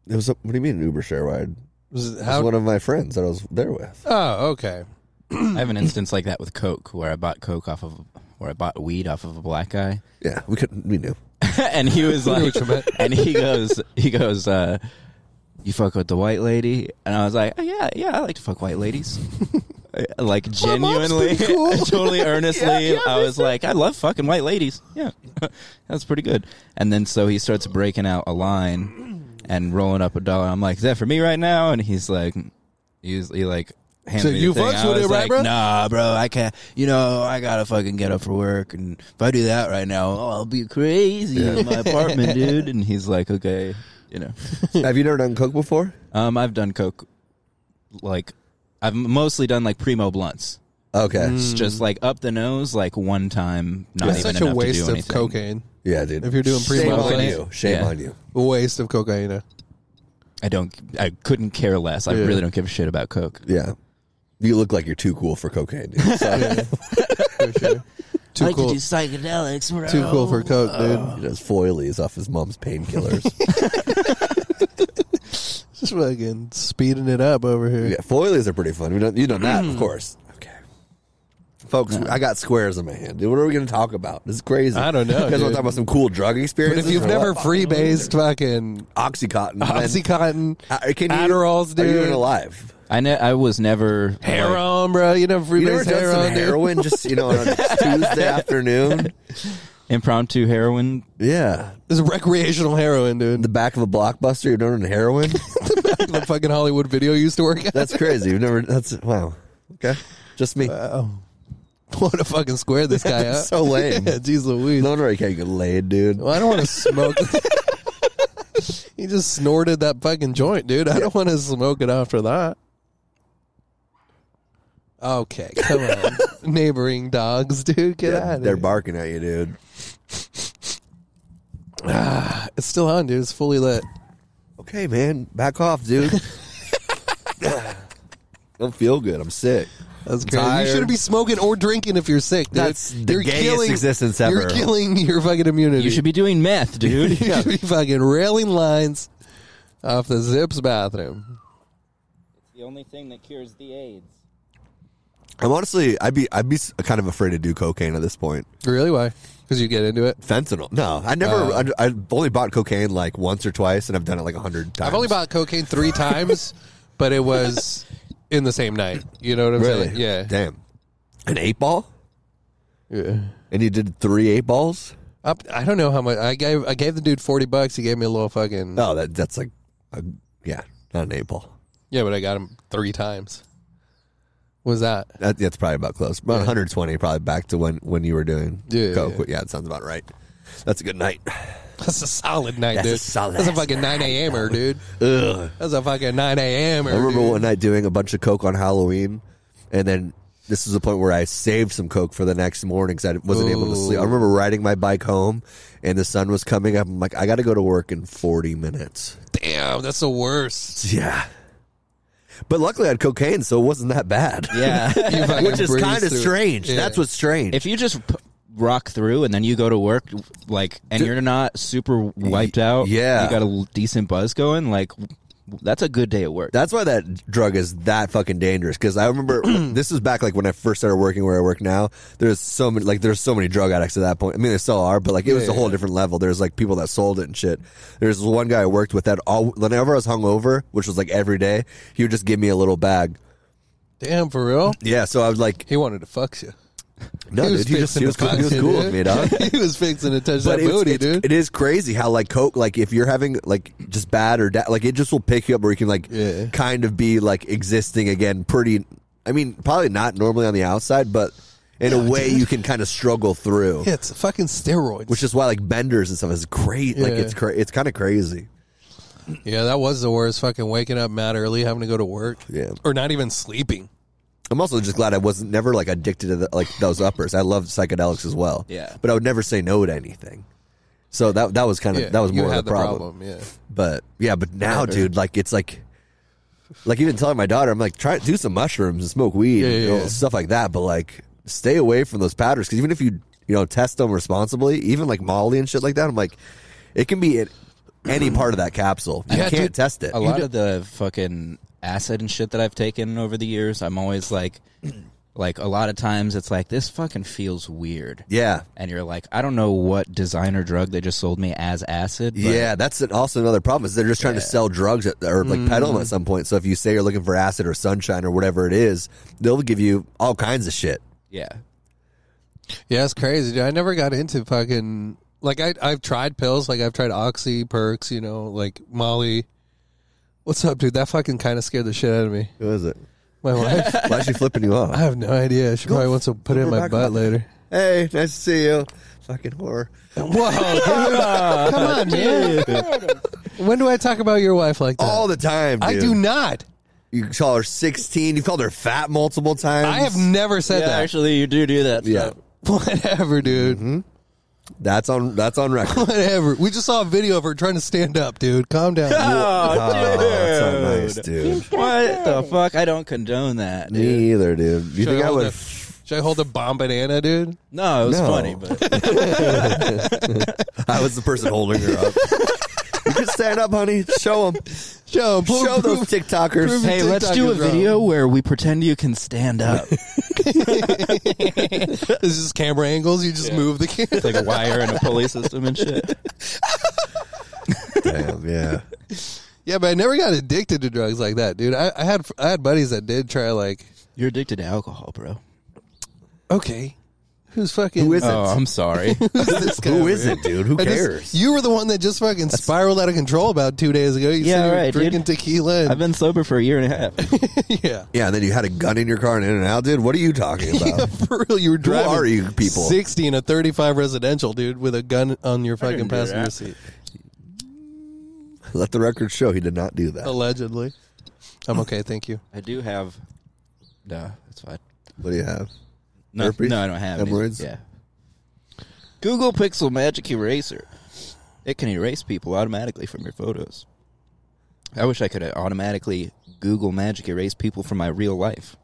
A: It was a, what do you mean an Uber share ride?
B: Was it
A: It was
B: how?
A: one of my friends that I was there with.
B: Oh, okay.
F: I have an instance like that with Coke, where I bought Coke off of, where I bought weed off of a black guy,
A: Yeah, we couldn't. We knew.
F: and he was
B: I knew
F: like,
B: what you meant.
F: and he goes, he goes, uh, you fuck with the white lady, and I was like, oh, yeah, yeah, I like to fuck white ladies, like genuinely, totally earnestly. I was like, I love fucking white ladies. Yeah, that's pretty good. And then so he starts breaking out a line and rolling up a dollar. I'm like, is that for me right now? And he's like, he's he like. handed
B: So
F: me the
B: you
F: thing.
B: fucks
F: I
B: with
F: was
B: it, right,
F: like,
B: bro?
F: Nah, bro, I can't. You know, I gotta fucking get up for work, and if I do that right now, oh, I'll be crazy in my apartment, dude. And he's like, okay, you know.
B: Hmm.
A: have you never done coke before?
F: Um, I've done coke, like, I've mostly done like primo blunts.
A: Okay.
B: Mm.
F: It's just like up the nose, like one time. Not
B: Hmm. That's
F: even
B: such a
F: enough to
B: waste
F: do
B: of
F: anything.
B: cocaine.
A: Yeah, dude.
B: If you're doing
A: shame
B: primo
A: on
B: blunts.
A: you. Shame
F: Yeah.
A: on you.
B: A waste of cocaine.
F: I don't. I couldn't care less. I
B: Yeah.
F: really don't give a shit about coke.
A: Yeah. You look like you're too cool for cocaine. Dude. Sorry.
B: For sure. Too cool.
F: psychedelics, bro.
B: Too cool
F: Oh.
B: for coke, dude.
A: He does foilies off his mom's painkillers.
B: Just fucking speeding it up over here.
A: yeah, foilies are pretty fun. We don't, you know that,
B: Mm.
A: of course. Okay. Folks, I got squares in my hand. Dude, what are we going to talk about? This is crazy.
B: I don't know,
A: You guys
B: dude.
A: want to talk about some cool drug
B: But
A: experiences?
B: if you've
A: or
B: never
A: what?
B: freebased fucking
A: Oxycontin, then-
B: Oxycontin,
A: Uh, can you,
B: Adderalls,
A: Are you
B: dude.
A: even alive?
F: I ne- I was never like-
B: heroin, bro, you never
A: You never
B: freebased
A: done
B: heroin.
A: some
B: dude.
A: heroin just you know on a Tuesday afternoon?
F: impromptu heroin.
A: Yeah,
B: This is recreational heroin, dude.
A: the back of a blockbuster. You've never done heroin?
B: the fucking Hollywood video used to work at.
A: That's crazy. You've never. That's wow. Okay, just me.
B: Uh, What a fucking square this guy up.
A: so lame.
B: Yeah, geez Louise.
A: No wonder I can't get laid, dude.
B: Well, I don't want to smoke. he just snorted that fucking joint, dude. I don't want to smoke it after that. Okay, come on. Neighboring dogs, dude. Get out
A: Yeah,
B: of
A: they're
B: here.
A: barking at you, dude.
B: it's still on, dude. It's fully lit.
A: Okay, man, back off, dude. don't feel good. I'm sick.
B: That's crazy.
A: tired.
B: You shouldn't be smoking or drinking if you're sick. Dude.
A: That's the
B: you're
A: gayest existence ever.
B: You're killing your fucking immunity.
C: You should be doing meth, dude.
B: You should be fucking railing lines off the Zips bathroom.
F: The only thing that cures the AIDS.
A: I'm honestly, I'd be, I'd be s- kind of afraid to do cocaine at this point.
B: Really? Why? Because you get into it.
A: Fentanyl. Uh, No, I never. I, I've only bought cocaine like once or twice, and I've done it like a hundred times.
B: I've only bought cocaine three times, but it was in the same night. You know what I'm
A: really.
B: saying? Yeah.
A: Damn. An eight ball,
B: Yeah.
A: and you did three eight balls.
B: Up, I don't know how much I gave. I gave the dude forty bucks. He gave me a little fucking.
A: No, Oh, that that's like, a, yeah, not an eight ball.
B: Yeah, but I got him three times. What was that?
A: That, that's probably about close. About 120, probably back to when when you were doing
B: Yeah,
A: coke.
B: yeah.
A: Yeah. it sounds about right. That's a good night.
B: That's a solid night,
A: That's a
B: dude.
A: solid
B: That's a
A: ass
B: fucking nine a.m.er, dude.
A: Ugh.
B: That's a fucking nine a.m.er.
A: I remember
B: dude.
A: one night doing a bunch of coke on Halloween, and then this is the point where I saved some coke for the next morning because I wasn't able to sleep. I
B: Ooh.
A: remember riding my bike home, and the sun was coming up. I'm like, I got to go to work in 40 minutes.
B: Damn, that's the worst.
A: Yeah. But luckily, I had cocaine, so it wasn't that bad.
C: yeah.
B: You fucking
A: Which is
B: breeze
A: kind of
B: through it.
A: strange.
B: Yeah.
A: That's what's strange.
C: if you just p- rock through and then you go to work, like, and you're not super wiped out,
A: yeah.
C: you got a l- decent buzz going, like, w- that's a good day at work.
A: That's why that drug is that fucking dangerous. Because I remember this is back like when I first started working where I work now. There's so many like there's so many drug addicts at that point. I mean, there still are, but like it was a whole different level. There's like people that sold it and shit. There's one guy I worked with that all whenever I was hungover, which was like every day, he would just give me a little bag.
B: Damn, for real.
A: Yeah, so I was like,
B: He wanted to fuck you.
A: no,
B: he was
A: dude, he, just,
B: fixing
A: he, was
B: to
A: cool, he was
B: fuck you,
A: cool with me,
B: dude.
A: dog.
B: he was fixing to touch that
A: it's-
B: booty,
A: it's,
B: dude.
A: It is crazy how like coke, like if you're having like just bad or da- like it just will pick you up where you can like
B: Yeah.
A: kind of be like existing again. Pretty, I mean, probably not normally on the outside, but in a way you can kind of struggle through.
B: yeah, it's fucking steroids.
A: Which is why like benders and stuff is great. Like
B: Yeah.
A: it's cra- it's kind of crazy.
B: yeah, that was the worst. Fucking waking up mad early, having to go to work.
A: Yeah.
B: Or not even sleeping.
A: I'm also just glad I wasn't never like addicted to the, like those uppers. I loved psychedelics as well.
C: Yeah.
A: but I would never say no to anything. So that that was kind of
B: Yeah,
A: that was
B: you
A: more
B: had
A: of the problem.
B: Yeah.
A: But yeah, but now, dude, like it's like, like even telling my daughter, I'm like, try do some mushrooms and smoke weed,
B: Yeah, yeah,
A: and you know,
B: yeah.
A: stuff like that. But like, stay away from those powders because even if you you know test them responsibly, even like Molly and shit like that, I'm like, it can be in any part of that capsule. You
B: Yeah,
A: can't
B: dude.
A: test it.
C: a lot of the fucking acid and shit that I've taken over the years, I'm always like, like a lot of times it's like this fucking feels weird,
A: yeah.
C: and you're like, I don't know what designer drug they just sold me as acid. But
A: Yeah, that's an, also another problem is they're just trying to sell drugs at, or like peddle them at some point. So if you say you're looking for acid or sunshine or whatever it is, they'll give you all kinds of shit.
C: yeah,
B: Yeah, it's crazy, dude. I never got into fucking like I I've tried pills, like I've tried oxy, perks, you know, like Molly. What's up, dude? That fucking kind of scared the shit out of me.
A: Who is it?
B: My wife.
A: Why is she flipping you off?
B: I have no idea. She probably wants to put it in my
A: back
B: butt
A: on.
B: later.
A: Hey, nice to see you. Fucking whore.
B: Whoa, dude. come on, man. when do I talk about your wife like that?
A: All the time, dude.
B: I do not.
A: You call her 16. You've called her fat multiple times.
B: I have never said that.
C: actually, you do do that.
A: Yeah.
B: Whatever, dude.
A: That's on that's on record.
B: Whatever. We just saw a video of her trying to stand up, dude. Calm down.
A: oh, that's not nice, dude.
C: What the fuck? I don't condone that.
A: Me
C: Dude.
A: either, dude. You
B: Should I
A: think I
B: hold
A: would
B: it? Should I hold a bomb banana, dude?
C: No, it was
A: No.
C: funny, but
A: I was the person holding her up. you can stand up, honey. Show them.
B: Joe, pull-
A: Show those TikTokers.
C: hey, let's do a
B: TikTok is
C: video where we pretend you can stand up,
B: This is camera angles. You just move the camera.
C: like a wire and a pulley system and shit.
A: Damn, yeah.
B: yeah, but I never got addicted to drugs like that, dude. I, I had I had buddies that did try like
C: You're addicted to alcohol, bro.
B: okay, who's fucking
A: Who is it?
C: Oh, I'm sorry.
B: who's this guy
A: Who
B: over
A: is
B: here?
A: it, dude? Who
B: I just-
A: cares?
B: you were the one that just fucking spiraled out of control about two days ago. You
C: Yeah,
B: said you were
C: right, dude.
B: drinking tequila. And,
C: I've been sober for a year and a half.
B: yeah,
A: yeah, and then you had a gun in your car and in and out, dude. What are you talking
B: yeah,
A: about?
B: for real. You were
A: Who
B: driving.
A: are you people?
B: Sixty in a thirty-five residential, dude, with a gun on your fucking
C: didn't do
B: passenger
C: that.
B: seat,
A: Let the record show he did not do that.
B: allegedly. I'm okay, thank you.
C: I do have. No, that's fine.
A: What do you have?
C: No,
A: Herpes?
C: no, I don't have any.
A: Hemorrhoids?
C: Yeah. Google Pixel Magic Eraser. It can erase people automatically from your photos. I wish I could automatically Google Magic erase people from my real life.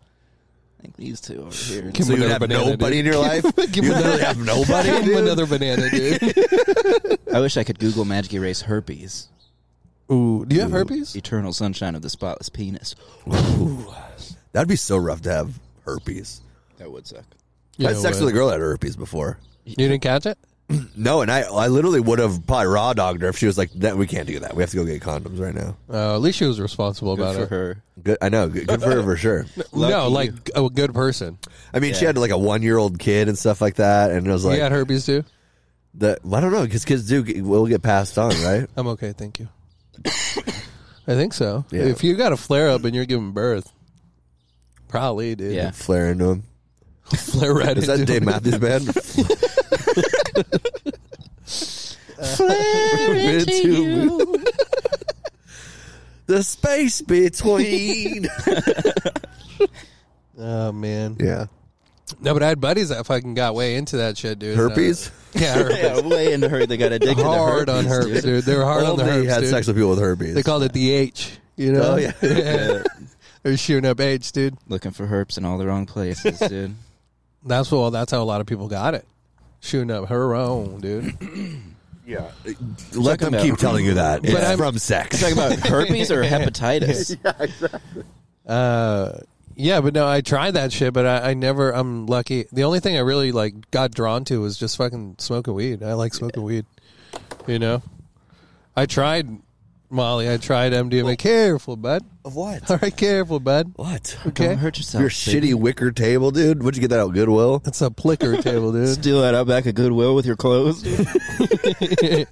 C: think these two over here.
A: So you would have nobody in your life? You literally have nobody?
B: Give him
A: dude?
B: another banana, dude.
C: I wish I could Google magic erase herpes.
B: Ooh, do you have
C: Ooh,
B: herpes?
C: Eternal sunshine of the spotless penis.
A: That'd be so rough to have herpes.
C: That would suck.
A: I had sex with a girl that had herpes before.
B: You didn't catch it?
A: No, and I I literally would have probably raw dogged her if she was like, "That we can't do that. We have to go get condoms right now."
B: Uh, at least she was responsible about
C: For
B: it.
C: her.
A: Good, I know. Good, good for her for sure.
B: No,
C: Lucky
B: like a good person.
A: I mean, she had like a one year old kid and stuff like that, and it was like,
B: you had herpes too?
A: the, I don't know, because kids do get- will get passed on, right?
B: I'm okay, thank you. I think so.
A: Yeah.
B: If you got a flare up and you're giving birth, probably, dude.
C: Yeah.
A: Flare into them.
B: Flare right
A: Is that
B: into
A: Dave
B: it.
A: Matthews Band? Flare into you. the space between.
B: Oh man.
A: yeah,
B: No, but I had buddies that fucking got way into that shit, dude.
A: herpes.
B: Uh, yeah, herpes.
C: Yeah, way into her. They got addicted
B: hard
C: to herpes,
B: on herpes, dude. They were hard on the
A: Only
B: herpes.
A: had
B: dude.
A: sex with people with herpes.
B: They called it the H. You know?
A: Oh, yeah.
B: they were shooting up H, dude.
C: Looking for herpes in all the wrong places, dude.
B: That's well. That's how a lot of people got it. Shooting up her own, dude.
A: Let them
C: out.
A: keep telling you that. It's
B: I'm-
A: from sex.
C: Talking about herpes or hepatitis?
B: Uh, yeah, but no, I tried that shit, but I, I never. I'm lucky. The only thing I really like got drawn to was just fucking smoking weed. I like smoking weed. You know, I tried Molly. I tried MDMA. careful, bud.
A: Of what?
B: All right, Oh, careful, bud.
A: What?
B: Okay,
C: Don't hurt yourself.
A: Your
C: baby.
A: shitty wicker table, dude. Where'd you get that out? Goodwill.
B: it's a plicker table, dude.
C: Steal that out back at Goodwill with your clothes.
B: I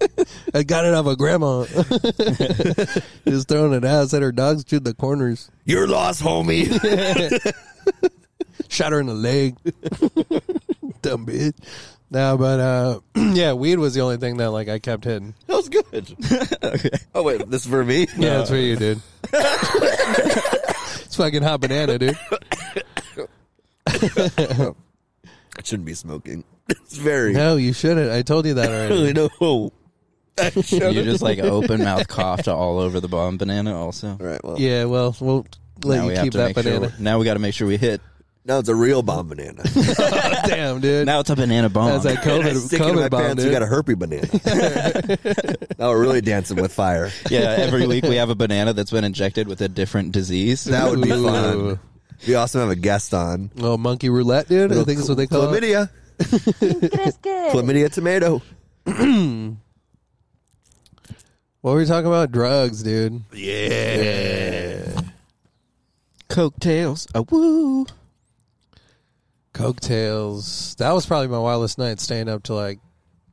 B: got it off of grandma. Just throwing it out. Said her dogs chewed the corners.
A: You're lost, homie.
B: Shot her in the leg. Dumb bitch. No, but uh, yeah, weed was the only thing that like I kept hitting.
A: that was good. Oh wait, this is for me.
B: Yeah, that's for you, dude. it's fucking hot banana, dude.
A: I shouldn't be smoking. It's very.
B: No, you shouldn't. I told you that already.
A: I know.
C: you just like open mouth coughed all over the bomb banana. Also,
A: All right. Well,
B: Yeah, well, we'll let
C: now we
B: you
C: have
B: keep
C: to
B: that
C: make sure.
B: banana.
C: we- Now we got to make sure we hit.
A: now it's a real bomb banana.
B: Damn, dude.
C: Now it's a banana bomb.
B: that's like
A: I
B: COVID,
A: stick it in my
B: COVID bomb,
A: pants. You
B: dude.
A: got a herpy banana. now we're really dancing with fire.
C: yeah, every week we have a banana that's been injected with a different disease.
A: That would be
B: Ooh.
A: fun. We also have a guest on.
B: Oh, monkey roulette, dude. I think that's what they call it.
A: chlamydia. Chlamydia tomato.
B: What were we talking about? Drugs, dude.
C: cocktails. A woo.
B: Cocktails. That was probably my wildest night, staying up to like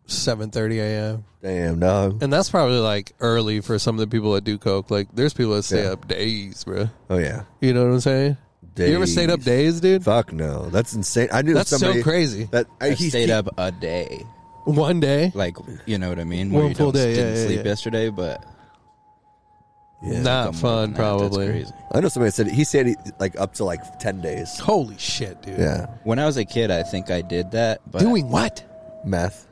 B: seven thirty a.m.
A: Damn dog.
B: And that's probably like early for some of the people that do coke. Like, there's people that stay
A: Yeah.
B: up days, bro.
A: Oh yeah.
B: You know what I'm saying? You ever stayed up
A: Days.
B: days, dude?
A: Fuck no. That's insane. I knew
B: That's so
A: somebody
B: crazy.
A: That I,
C: I
A: he
C: stayed up a day.
B: One day.
C: Like you know what I mean?
B: One
C: you
B: full
C: don't-
B: day, yeah,
C: Didn't
B: yeah,
C: sleep
B: yeah.
C: yesterday, but
A: Yeah.
B: Not
C: come on,
B: fun,
C: man,
B: probably.
C: That's crazy.
A: I know somebody said he stayed like up to like ten days.
B: Holy shit, dude.
A: Yeah.
C: When I was a kid, I think I did that, but
B: Doing what?
A: Meth.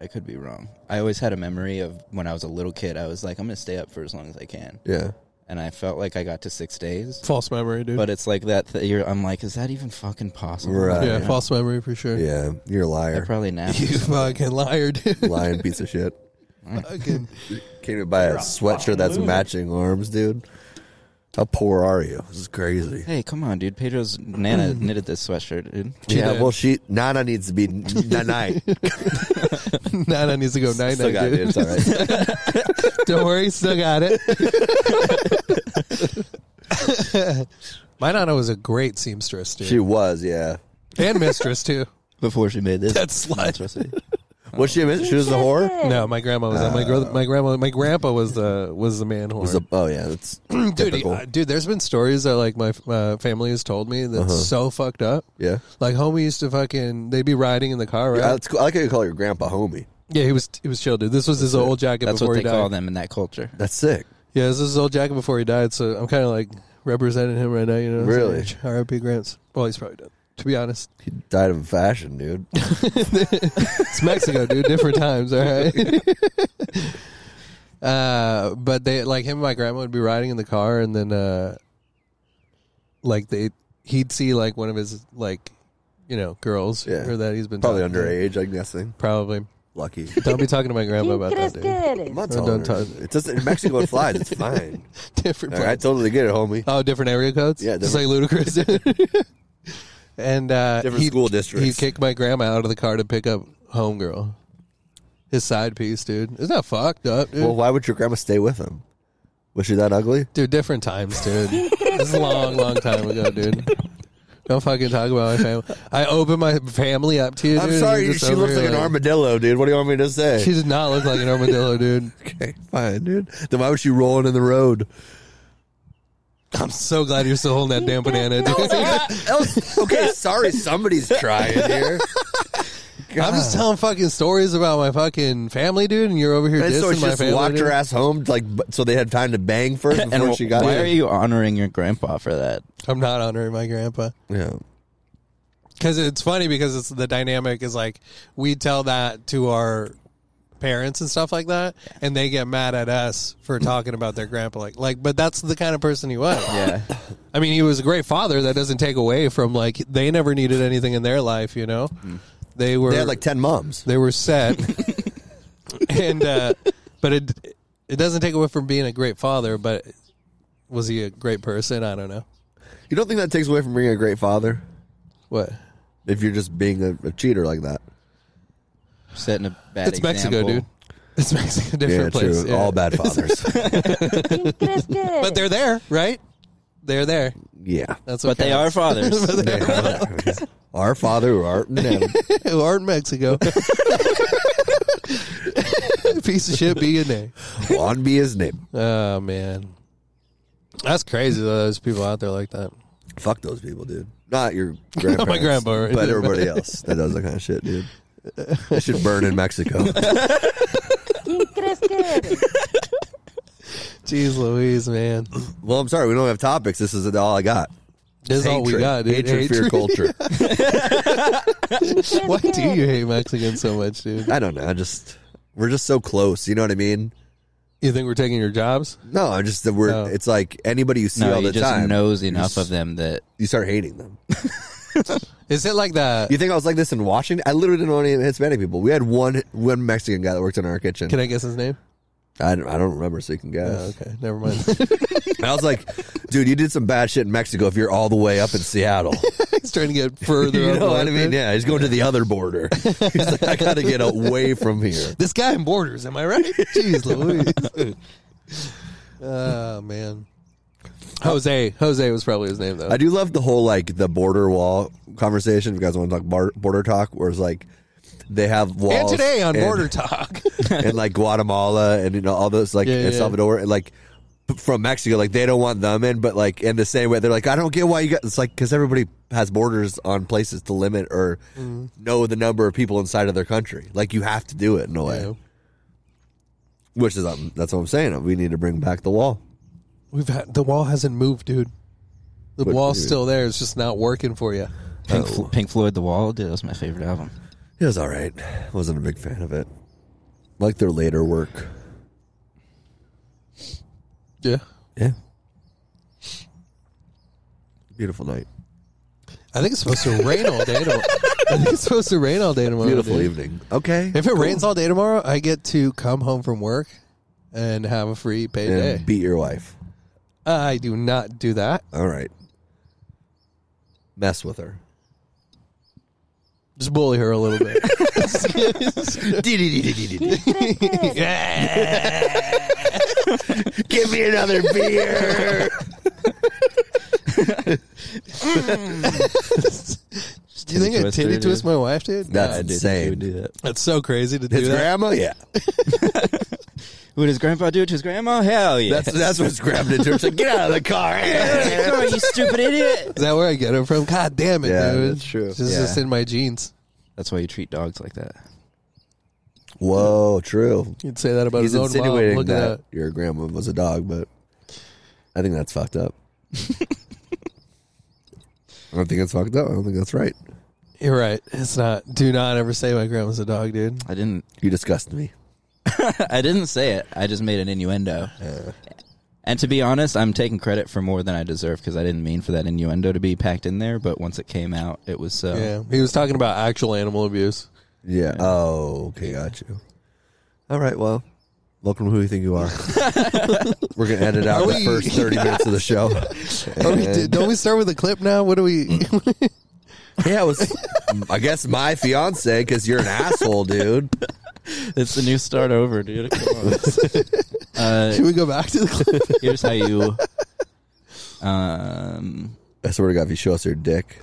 C: I could be wrong. I always had a memory of when I was a little kid. I was like, I'm gonna stay up for as long as I can,
A: Yeah.
C: and I felt like I got to six days.
B: False memory, dude.
C: But it's like that. Th- you're, I'm like, is that even fucking possible?
A: Right.
B: yeah,
A: uh, yeah.
B: false memory for sure.
A: Yeah. You're a
C: I
A: liar.
C: probably napped.
B: You fucking liar, dude.
A: Lying piece of shit.
B: fucking.
A: Can't even buy a sweatshirt that's matching arms, dude. How poor are you? This is crazy.
C: Hey, come on, dude. Pedro's nana knitted this sweatshirt, dude.
A: yeah,
B: did.
A: well, she Nana needs to be n- night.
B: Nana needs to go night
A: Still got
B: night,
A: it. dude.
B: dude.
A: It's all right.
B: Don't worry, still got it. My nana was a great seamstress, dude,
A: She was, yeah.
B: and mistress too.
C: Before she made this,
B: That slut.
C: Trust me.
A: Was she? A, mis- she was a whore.
B: No, my grandma was. that. my gr- my grandma, my grandpa was the was the man whore.
A: Was a, oh yeah, that's
B: dude,
A: typical.
B: uh, dude, there's been stories that like my uh, family has told me that's so fucked up.
A: yeah.
B: Like homie used to fucking, they'd be riding in the car, right?
A: Yeah,
B: Yeah,
A: that's cool. I like how you call your grandpa homie.
B: he was he was chill, dude. This was his old jacket
C: That's
B: before
C: what they
B: he died.
C: call them in that culture.
A: That's sick.
B: Yeah, this is his old jacket before he died, so I'm kind of like representing him right now. You know,
A: Really?
B: So, R.I.P. Grants. Well, he's probably dead. To be honest,
A: He died of fashion, dude.
B: it's Mexico, dude. Different times, all right. uh, but they like him and my grandma would be riding in the car, and then uh, like they he'd see like one of his like you know girls
A: Yeah.
B: or that he's been
A: Probably
B: talking to.
A: underage, I'm guessing.
B: Probably.
A: Lucky.
B: Don't be talking to my grandma about that, dude.
A: I'm not
B: No,
A: telling
B: don't
A: her.
B: talk.
A: It doesn't. Mexico it flies. It's fine.
B: Different.
A: I
B: places.
A: totally get it, homie.
B: Oh, different area codes.
A: Yeah,
B: just like ludicrous. and uh,
A: Different
B: he'd-
A: school districts.
B: He'd kick my grandma out of the car to pick up homegirl. His side piece, dude. Isn't that fucked up, dude?
A: Well, why would your grandma stay with him? Was she that ugly?
B: Dude, different times, dude. this is a long, long time ago, dude. Don't fucking talk about my family. I open my family up to you.
A: I'm
B: dude, and
A: sorry.
B: you're just
A: She
B: over
A: looks
B: here
A: like an armadillo, dude. What do you want me to say?
B: She does not look like an armadillo, dude.
A: okay, fine, dude. Then why was she rolling in the road?
B: I'm so glad you're still holding that damn banana, dude.
A: okay, sorry. Somebody's trying here.
B: I'm just telling fucking stories about my fucking family, dude, and you're over here
A: And
B: dissing
A: so she
B: my
A: just
B: family.
A: walked
B: dude.
A: her ass home, like b- so they had time to bang first before she got
C: why
A: here.
C: are you honoring your grandpa for that?
B: I'm not honoring my grandpa.
A: Yeah,
B: Because it's funny because it's the dynamic is like we tell that to our parents and stuff like that, and they get mad at us for talking about their grandpa. Like, like, but that's the kind of person he was.
C: Yeah.
B: I mean, he was a great father. That doesn't take away from like they never needed anything in their life. You know, they were
A: Mm-hmm. they had like ten moms.
B: they were set, and uh, but it it doesn't take away from being a great father. But was he a great person? I don't know.
A: You don't think that takes away from being a great father
B: What?
A: if you're just being a, a cheater like that?
C: Setting a bad
B: it's Mexico,
C: example.
B: dude. It's Mexico, different place. Yeah.
A: All bad fathers.
B: But they're there, right? They're there.
A: yeah.
B: That's what
C: But they are
B: counts.
C: fathers.
B: But they
A: Our father who art in heaven.
B: are- who are in Mexico. Piece of shit be in there.
A: Juan be his name.
B: Oh man. That's crazy though, there's people out there like that.
A: Fuck those people, dude. Not your grandparents.
B: my grandpa, right?
A: But everybody else that does that kind of shit, dude. They should burn in Mexico.
B: Jeez Louise, man.
A: well, I'm sorry, we don't have topics. This is all I got.
B: This is all we
A: Hatred.
B: got, dude.
A: Hatred, fear, culture.
B: Why do you hate Mexicans so much, dude?
A: I don't know. I just we're just so close. You know what I mean?
B: You think we're taking your jobs?
A: No, I just that we're.
B: No.
A: It's like anybody you see
C: No,
A: all
C: he
A: the
C: just
A: time
C: knows enough of them that
A: you start hating them.
B: Is it like that?
A: You think I was like this in Washington? I literally didn't know any Hispanic people. We had one one Mexican guy that worked in our kitchen.
B: Can I guess his name?
A: I don't, I don't remember, so you can guess.
B: Oh, okay, never mind.
A: And I was like, dude, you did some bad shit in Mexico if you're all the way up in Seattle.
B: He's trying to get further.
A: you
B: up
A: know what I
B: north,
A: mean?
B: dude.
A: Yeah, he's going to the other border. He's like, I got to get away from here.
B: This guy in Borders, am I right? Jeez Louise. oh, man. Jose. Jose was probably his name, though.
A: I do love the whole like the border wall conversation. If you guys want to talk bar- border talk, where it's like they have walls.
B: and today on
A: and-
B: Border Talk.
A: and like Guatemala and you know all those like
B: Yeah,
A: El
B: yeah.
A: Salvador and like p- from Mexico, like they don't want them in, but like in the same way, they're like, I don't get why you got. It's like because everybody has borders on places to limit or
B: Mm-hmm.
A: know the number of people inside of their country. Like you have to do it in a way,
B: Yeah.
A: which is um, that's what I'm saying. We need to bring back the wall.
B: We've had, the wall hasn't moved, dude. The
A: What-
B: wall's still there. It's just not working for you.
C: Pink, Flo- Pink Floyd, The Wall, dude, that was my favorite album.
A: It was all right. Wasn't a big fan of it. Like their later work.
B: Yeah.
A: Yeah. Beautiful night.
B: I think it's supposed to rain all day tomorrow. I think it's supposed to rain all day tomorrow.
A: Beautiful
B: dude.
A: evening. Okay.
B: If it rains all day tomorrow, I get to come home from work and have a free payday.
A: and beat your wife.
B: I do not do that.
A: All right. Mess with her.
B: Just bully her a little bit.
A: Give me another beer.
B: Do you think I
C: twist her,
B: titty
C: dude.
B: twist my wife, dude?
A: That's
B: No, dude.
C: He
A: insane.
C: would do that.
B: That's so crazy to do
A: His
B: that.
A: grandma, yeah.
C: Would his grandpa do it to his grandma? Hell yeah.
A: That's that's what's grabbed into her. It's like, get out of the car.
C: Grandma, you stupid idiot.
B: Is that where I get it from? God damn it,
A: Yeah,
B: dude.
A: that's true.
B: This is
C: Yeah.
B: just in my genes.
C: That's why you treat dogs like that.
A: Whoa, true.
B: You'd say that about
A: He's
B: his own mom.
A: insinuating
B: Look
A: that,
B: at that.
A: your grandma was a dog, but I think that's fucked up. I don't think it's fucked up. I don't think that's right.
B: You're right. It's not. Do not ever say my grandma's a dog, dude.
C: I didn't.
A: You disgust me.
C: I didn't say it. I just made an innuendo. And to be honest, I'm taking credit for more than I deserve because I didn't mean for that innuendo to be packed in there. But once it came out, it was uh, so.
B: Yeah, he was talking about actual animal abuse.
A: Yeah. Oh, okay, got you. All right, well, welcome to Who You Think You Are. We're going to edit out
B: Are
A: the
B: we-
A: first 30 minutes of the show.
B: Oh, we did-
A: And-
B: don't we start with a clip now? What do we?
A: yeah, it was, I guess, my fiance, because you're an asshole, dude.
C: It's a new start over, dude. Come on. uh,
B: Should we go back to the clip?
C: here's how you. Um,
A: I swear to God, if you show us your dick,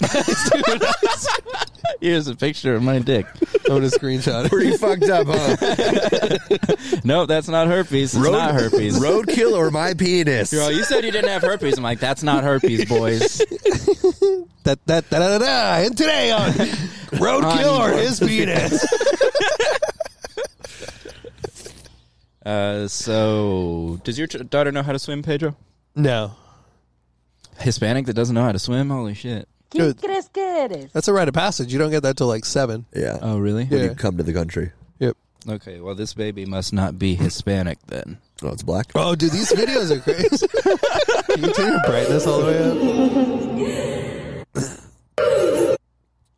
C: here's a picture of my dick.
B: I'm gonna screenshot it.
A: pretty fucked up, huh?
C: No, that's not herpes. It's not herpes.
A: Roadkill or my penis?
C: Girl, you said you didn't have herpes. I'm like, that's not herpes, boys.
B: Da, da, da, da, da, da. And today on Roadkill or his penis.
C: Uh, so, does your ch- daughter know how to swim, Pedro?
B: No,
C: Hispanic that doesn't know how to swim? Holy shit.
B: Dude,
O: crees que eres?
B: that's a rite of passage. You don't get that till like seven.
A: Yeah.
C: Oh, really?
A: When
B: yeah.
A: you come to the country.
B: Yep.
C: Okay, well, this baby must not be Hispanic then.
A: Oh, it's black.
B: Oh, dude, these videos are crazy. Can you turn your brightness all the way up?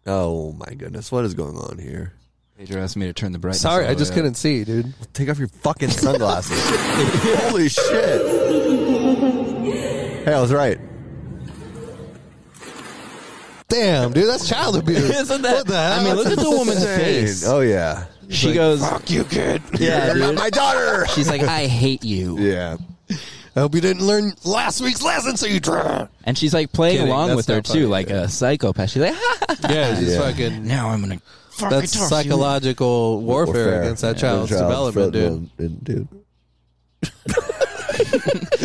A: Oh, my goodness. What is going on here?
C: Pedro asked me to turn the brightness.
B: Sorry,
C: all
B: I
C: the
B: just
C: way up.
B: couldn't see, dude.
A: Take off your fucking sunglasses. Holy shit. Hey, I was right.
B: Damn, dude, that's child abuse.
C: Isn't that?
B: What the hell?
C: I mean, look at the woman's face.
A: Oh, yeah.
C: she goes,
B: Fuck you, kid.
C: "Yeah,
A: You're not
C: dude."
A: my daughter.
C: She's like, "I hate you,"
A: Yeah.
B: I hope you didn't learn last week's lesson, so you drown.
C: and she's like playing
B: Kidding,
C: along
B: that's
C: with her
B: not
C: too,
B: funny,
C: like a psychopath. She's like, "Ha,
B: Yeah,
A: just Yeah.
B: fucking.
C: "Now I'm gonna." fuck
B: That's
C: you."
B: psychological warfare, against that child's development, dude.
A: dude. dude.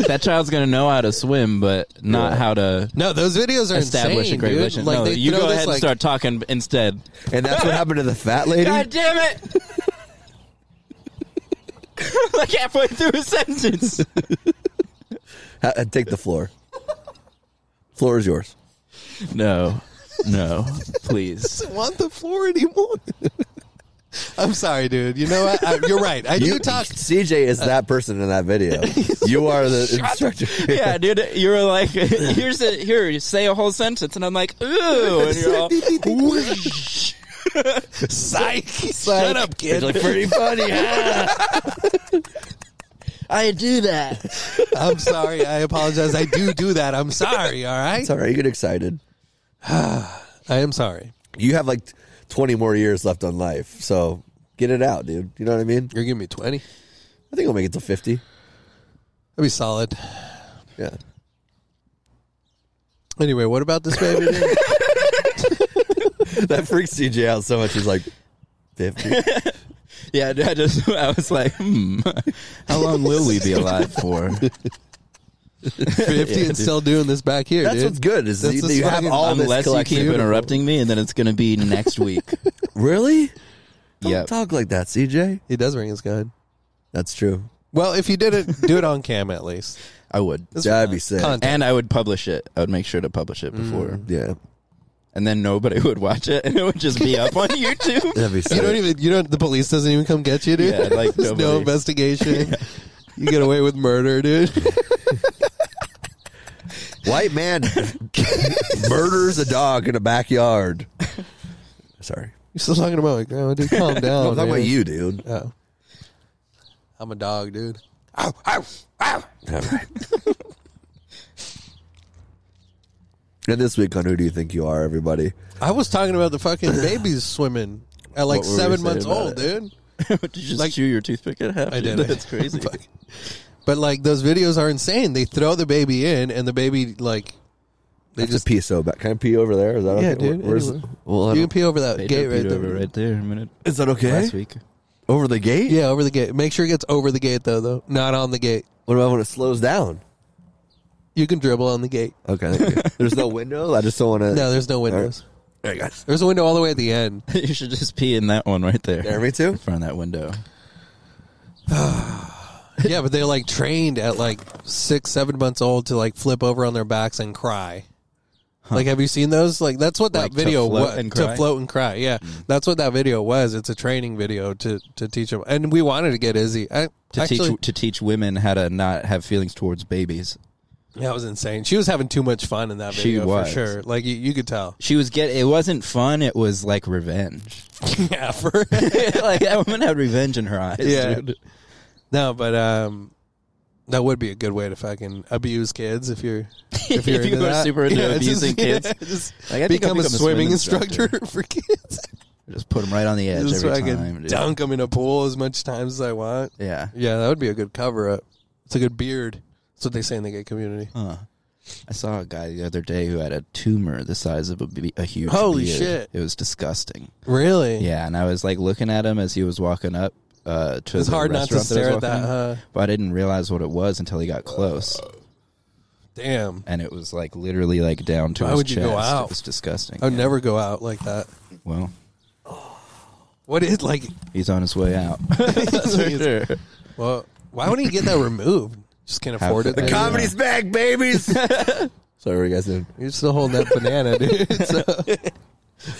C: that child's gonna know how to swim, but not how to
B: No, those videos are
C: establish
B: insane,
C: a great
B: dude.
C: relationship.
B: Like
C: no,
B: they
C: you
B: throw
C: go
B: this,
C: ahead
B: like,
C: and start talking instead.
A: And that's what happened to the fat lady?
C: God damn it! like halfway through a sentence.
A: Ha- uh, take the floor. Floor is yours.
C: No, no, please.
B: want the floor anymore. I'm sorry, dude. You know what? I, you're right. I do talk.
A: CJ is that person in that video. You are the instructor.
C: Yeah, dude, you were like, here's a here, you say a whole sentence, and I'm like, ooh, and you're all, whoosh.
B: Psych. Shut up, kid.
A: pretty funny.
C: I do that.
B: I'm sorry. I apologize. I do do that. I'm sorry. All right.
A: It's all right. You get excited.
B: I am sorry.
A: You have like 20 more years left on life. So get it out, dude. You know what I mean?
B: You're giving me 20. That'd
A: I think I'll make it to 50.
B: be solid.
A: Yeah.
B: Anyway, what about this baby? dude?
A: That freaks CJ out so much. He's like, 50.
C: Yeah, dude, I just, I was like, hmm, how long will we be alive for?
B: 50 and still doing this back here,
A: That's
B: dude.
A: what's good. Is
B: That's
A: you,
B: what's
A: you have
B: fucking-
A: all this
C: Unless you
A: collection.
C: keep interrupting me, and then it's gonna be next week.
A: Really? Don't
C: Yep.
A: talk like that, CJ.
B: He does ring his gun.
A: That's true.
B: Well, if you did it, do it on cam at least.
C: I would,
A: That'd be sick.
B: Content. Mm.
C: and I would publish it. I would make sure to publish it before,
A: Yeah.
C: and then nobody would watch it, and it would just be up on YouTube.
A: That'd be
B: You don't
A: sick.
B: even. You don't. The police doesn't even come get you, dude.
C: Yeah, like,
B: There's no
C: nobody.
B: investigation. You get away with murder, dude.
A: White man murders a dog in a backyard. Sorry.
B: You're still talking about my grandma, dude. Calm down.
A: I'm talking about
B: Oh, man.
A: you, dude.
B: Oh. I'm a dog, dude.
A: All right. and this week on Who Do You Think You Are, everybody?
B: I was talking about the fucking babies swimming at like
C: What were we
B: seven
C: saying
B: months
C: about
B: old, dude.
C: Did you just
B: Like-
C: chew your toothpick in half?
B: I
C: dude?
B: did.
C: That's crazy.
B: But like those videos are insane. They throw the baby in, and the baby like
A: They
B: they
A: just
B: just
A: pee so bad. Can I pee over there? Is that
B: Yeah,
A: okay?
B: dude,
A: Where's-
B: anywhere.
A: well, I
B: you can
A: don't-
B: pee over that gate right there.
C: right there. A minute
A: is that okay?
C: last week.
A: Over the gate?
B: Yeah, over the gate. Make sure it gets over the gate though, though, not on the gate.
A: What about when it slows down?
B: You can dribble on the gate.
A: Okay. thank you. There's no window. I just don't want to.
B: No, there's no windows.
A: There you guys.
B: There's a window all the way at the end.
C: you should just pee in that one right there.
A: There, me too.
C: in front of that window.
B: yeah, but they're like trained at like six, seven months old to like flip over on their backs and cry. Like, have you seen those? Like, that's what that
C: Like, to
B: video
C: float
B: was
C: and
B: to
C: cry? Hmm.
B: float and cry. Yeah, that's what that video was. It's a training video to to teach them. And we wanted to get Izzy. I,
C: to
B: actually,
C: teach to teach women how to not have feelings towards babies.
B: that was insane. She was having too much fun in that
C: She
B: video
C: was.
B: for sure. Like, you, you could tell.
C: She was get it wasn't fun. It was like revenge.
B: yeah, for
C: like that woman had revenge in her eyes.
B: yeah.
C: dude.
B: No, but um, that would be a good way to fucking abuse kids if you're if
C: If
B: you're into
C: you were
B: that.
C: super into
B: Yeah, just-
C: abusing kids.
B: yeah, just
C: Like, I think I'll
B: become, a swimming instructor,
C: instructor.
B: for kids.
C: Just put them right on the edge
B: just
C: every
B: fucking
C: time. dude.
B: dunk them in a pool as much times as I want.
C: Yeah.
B: Yeah, that would be a good cover up. It's a good beard. That's what they say in the gay community.
C: Huh. I saw a guy the other day who had a tumor the size of a, be- a huge.
B: Holy
C: beard.
B: shit.
C: It was disgusting.
B: Really?
C: Yeah, and I was like looking at him as he was walking up. Uh, to
B: It's
C: the
B: hard not to
C: restaurant I
B: stare
C: was
B: at
C: walking
B: that.
C: in,
B: Huh?
C: But I didn't realize what it was until he got close,
B: Damn.
C: and it was like literally like down to
B: Why
C: his
B: would you
C: chest.
B: go out? Oh,
C: It was disgusting.
B: I would never go out like that.
C: Well,
B: What is like?
C: he's on his way out.
B: Well, why wouldn't you get that removed? Just can't
C: Have
B: afford it.
C: the
B: there.
A: Comedy's back, babies. Sorry, what you guys doing?
B: You're still holding that banana, dude. So.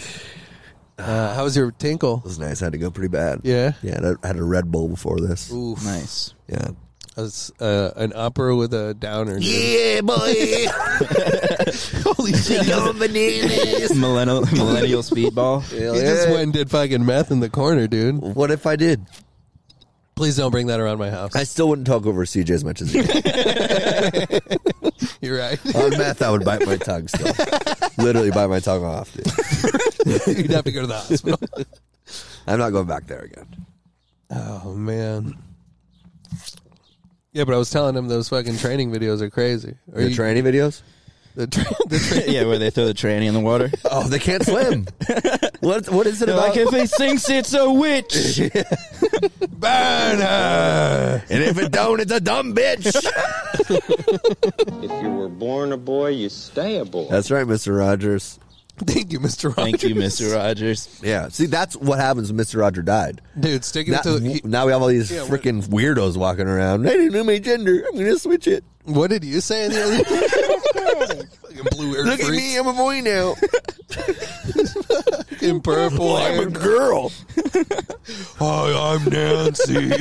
B: Uh, how was your tinkle?
A: It was nice. I had to go pretty bad.
B: Yeah,
A: Yeah, I had- I had a Red Bull before this.
B: Oof.
C: nice.
A: Yeah.
B: It's uh, an upper with a downer. Dude.
A: Yeah, boy. Holy shit. Going bananas.
C: Millennial millennial speedball.
A: Hell
B: He just
A: yeah.
B: went and did fucking meth in the corner, dude.
A: What if I did?
B: Please don't bring that around my house.
A: I still wouldn't talk over CJ as much as you.
B: You're right.
A: On meth, I would bite my tongue still. Literally bite my tongue off, dude.
B: You'd have to go to the hospital.
A: I'm not going back there again.
B: Oh man. Yeah, but I was telling him those fucking training videos are crazy. Are
A: the
B: you-
A: tranny videos?
B: the, tra- the tra-
C: yeah, where they throw the tranny in the water.
A: Oh, they can't swim. what? What is it about?
C: like if he sinks, it's a witch.
A: burn her. And if it don't, it's a dumb bitch.
P: If you were born a boy, you stay a boy.
A: That's right, Mr. Rogers.
B: Thank you, Mr. Rogers.
C: Thank you, Mister Rogers.
A: Yeah. See, that's what happens when Mr. Roger died.
B: Dude, stick it
A: Now,
B: to he-
A: now we have all these
B: Yeah, what-
A: freaking weirdos walking around. They didn't know my gender. I'm gonna switch it.
B: What did you say in the other Fucking blue air
A: Look at
B: freak
A: me. I'm a boy now.
B: in purple.
A: I'm a
B: hair.
A: girl.
B: Hi, I'm Nancy.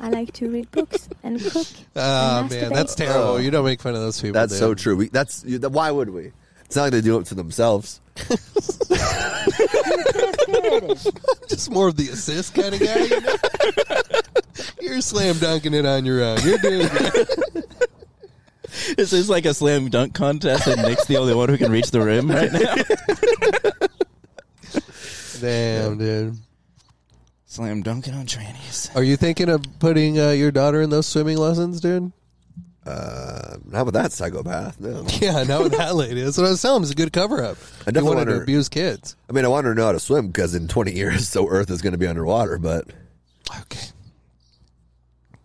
O: I like to read books and cook.
B: Ah,
O: and
B: man,
O: masturbate.
B: that's terrible. You don't make fun of those people.
A: That's
B: dude.
A: so true. We, that's you- th- why would we? It's not like they do it to themselves.
B: Just more of the assist kind of guy. You know? You're slam dunking it on your own. You're doing it.
C: This is like a slam dunk contest, and Nick's the only one who can reach the rim right now.
B: Damn, dude.
C: Slam dunking on trannies.
B: Are you thinking of putting uh, your daughter in those swimming lessons, dude?
A: Uh, not with that psychopath. No.
B: Yeah, I know that lady. That's what I was telling him. It's a good cover up.
A: I
B: You
A: definitely
B: wanted to
A: wonder-
B: abuse kids.
A: I mean, I want her to know how to swim because in 20 years, so Earth is going to be underwater. But
B: Okay.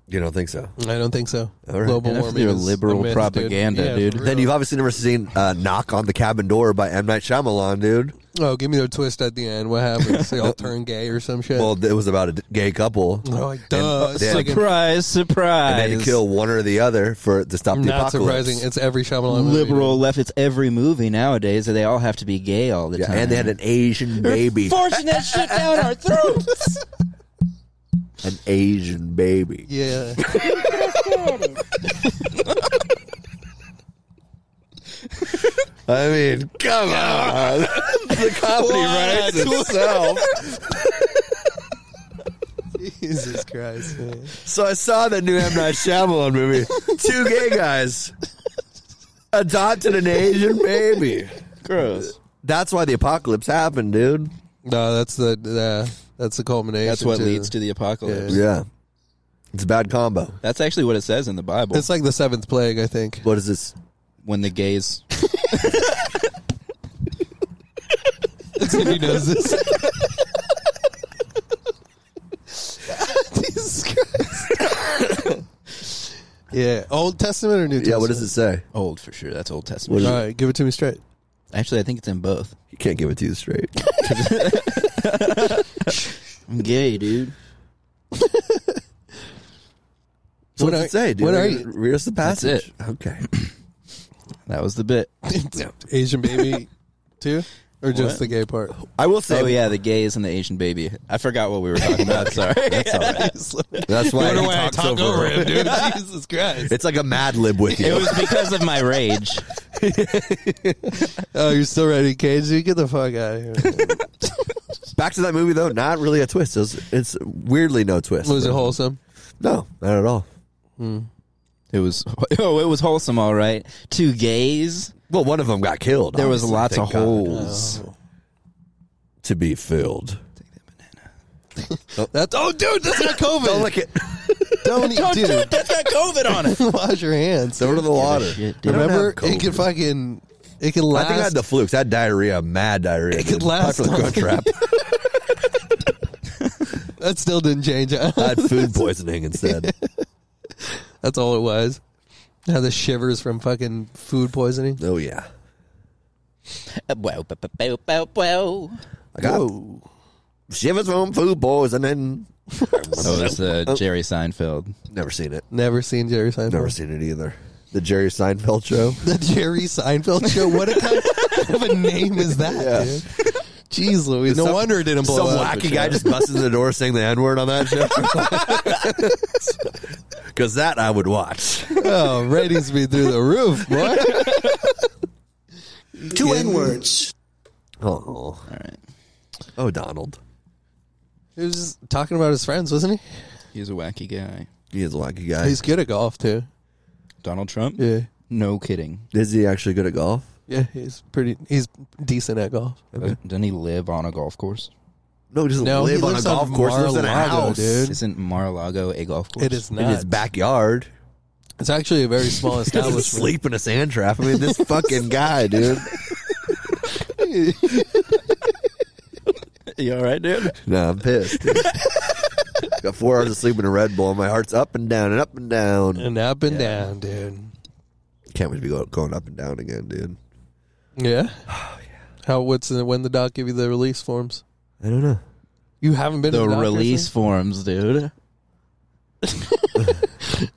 A: you don't think so?
B: I don't think so.
A: All right.
B: Global
C: Enough of
B: warming
C: your
B: is a
C: liberal
B: myth,
C: propaganda,
B: dude.
C: dude.
B: for
A: Then
B: real.
A: you've obviously never seen uh, "Knock on the Cabin Door" by M. Night Shyamalan, dude.
B: Oh, give me the twist at the end. What happens? They all turn gay or some shit.
A: Well, it was about a d- gay couple.
B: oh, like,
A: And-
B: duh.
A: they
B: It's
A: had-
B: like a-
C: Surprise, surprise.
A: and then you kill one or the other for to stop the
B: not
A: apocalypse.
B: surprising. It's every Shyamalan movie,
C: liberal left. It's every movie nowadays that they all have to be gay all the
A: Yeah,
C: time.
A: and they had an Asian baby,
D: Forcing that shit down our throats.
A: an Asian baby.
B: dude. Yeah.
A: I mean, come on, Uh, the comedy writes itself.
B: Jesus Christ. Man.
A: So I saw that new M Night Shyamalan movie. Two gay guys adopted an Asian baby.
C: gross.
A: That's why the apocalypse happened, dude.
B: No, that's the, the that's the culmination.
C: That's what
B: to-
C: leads to the apocalypse.
A: Yeah, it's a bad combo.
C: That's actually what it says in the Bible.
B: It's like the seventh plague, I think.
A: What is this?
C: when the gays
B: he knows this. Jesus Christ. yeah, Old Testament or New Testament?
A: Yeah, what does it say?
C: old for sure. That's Old
A: What
C: Testament.
A: is
B: All right, give it to me straight.
C: Actually, I think it's in both.
A: You can't give it to you straight.
C: I'm gay, dude.
A: So what
B: What
A: does
B: are-
A: it say, dude?
B: what are
A: Read us the passage. Okay.
C: That was the bit.
B: Asian baby, too, or just the gay part?
C: I will say, oh yeah, the gays and the Asian baby. I forgot what we were talking about. Sorry, that's all right.
A: That's why he talks over, him.
B: Jesus Christ!
A: It's like a Mad Lib with
C: It
A: you.
C: was because of my rage.
B: Oh, you're still ready, Cage? You get the fuck out of here.
A: Back to that movie though, not really a twist. It was, it's weirdly no twist.
B: Was it wholesome?
A: No, not at all.
C: It was oh, it was wholesome, all right. Two gays.
A: Well, one of them got killed.
C: There was
A: obviously,
C: lots
A: thank
C: of
A: God. Oh.
C: holes.
A: to be filled.
B: That's oh, dude, that's not COVID. Don't
A: lick it.
B: Don't, eat, dude.
C: That's got COVID on it.
B: Wash your hands.
A: Throw it in the water. I don't
B: Remember,
A: have
B: it can
A: COVID.
B: fucking, it can
A: I
B: last.
A: think I had the flu. 'cause I had diarrhea, mad diarrhea. It
B: could last
A: for the
B: long.
A: cook trap.
B: that still didn't change.
A: I had food poisoning instead.
B: That's all it was. Now the shivers from fucking food poisoning.
A: Oh yeah,
C: Wow, bow, bow, bow, bow, bow.
A: I got shivers from food poisoning.
C: Oh, that's uh, Jerry Seinfeld.
A: Never seen it.
B: Never seen Jerry Seinfeld.
A: Never seen it either. The Jerry Seinfeld show.
B: The Jerry Seinfeld show. What a kind of a name is that, dude? Jeez Louise. No
A: Some-
B: wonder it didn't blow
A: Some
B: up.
A: wacky guy just busts in the door saying the N word on that show. Because that I would watch.
B: Oh, ratings be through the roof, boy.
K: Two N words.
A: Oh, all right. Oh, Donald.
B: He was just talking about his friends, wasn't he?
C: He's a wacky guy.
A: He is a wacky guy.
B: He's good at golf too.
C: Donald Trump.
B: Yeah,
C: No kidding.
A: is he actually good at golf?
B: yeah. He's pretty. He's decent at golf.
C: Doesn't he live on a golf course?
A: No, he doesn't
B: No, he
A: live on a
B: lives
A: golf
B: on
A: course. He lives in a
B: Mar-a-Lago,
A: house.
B: dude.
C: Isn't Mar-a-Lago a golf course?
B: It is
A: In
B: not.
A: his backyard.
B: It's actually a very small
A: He doesn't
B: establishment.
A: sleep in a sand trap. I mean, this fucking guy, dude.
C: You all right, dude?
A: No, I'm pissed. dude. Got four hours of sleep and a Red Bull. My heart's up and down and up and down.
B: And up and down, dude.
A: Can't wait to be go- going up and down again, dude.
B: Oh, Yeah. How? What's the, when the doc give you the release forms?
A: I don't know.
B: You haven't been
C: The
B: to doc recently?
C: release forms, dude.
B: I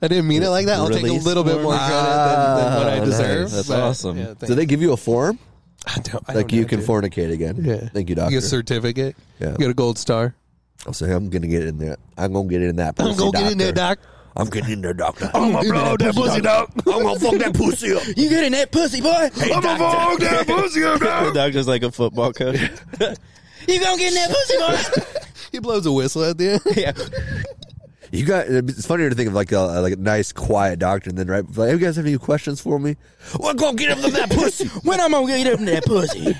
B: didn't mean it like that. I'll take a
A: Release
B: little bit
A: form.
B: more credit than, than what I
A: Ah,
B: deserve.
A: nice.
C: That's
B: but-
C: awesome.
B: Yeah, thank
A: Do they give you a form?
B: I don't, I
A: Like
B: don't
A: you
B: know,
A: can
B: dude.
A: fornicate again.
B: Yeah.
A: Thank you, doctor.
B: You get a certificate.
A: Yeah.
B: You get a gold star.
A: I'll say I'm gonna get in there. I'm gonna get in that. Pussy,
B: I'm gonna get in there,
A: doctor.
B: doc.
A: I'm getting in there, doctor. I'm gonna blow that pussy, doc. I'm gonna fuck that pussy up.
C: You getting that pussy, boy?
A: I'm gonna fuck that pussy up,
C: The
A: doc.
C: doctor's like a football coach. you gonna get in that pussy, boy?
B: He blows a whistle at the end.
C: yeah.
A: You got. It's funnier to think of like a like a nice, quiet doctor, and then right, like, hey, you guys have any questions for me? Well, go get him that pussy.
C: When I'm gonna get up in that pussy?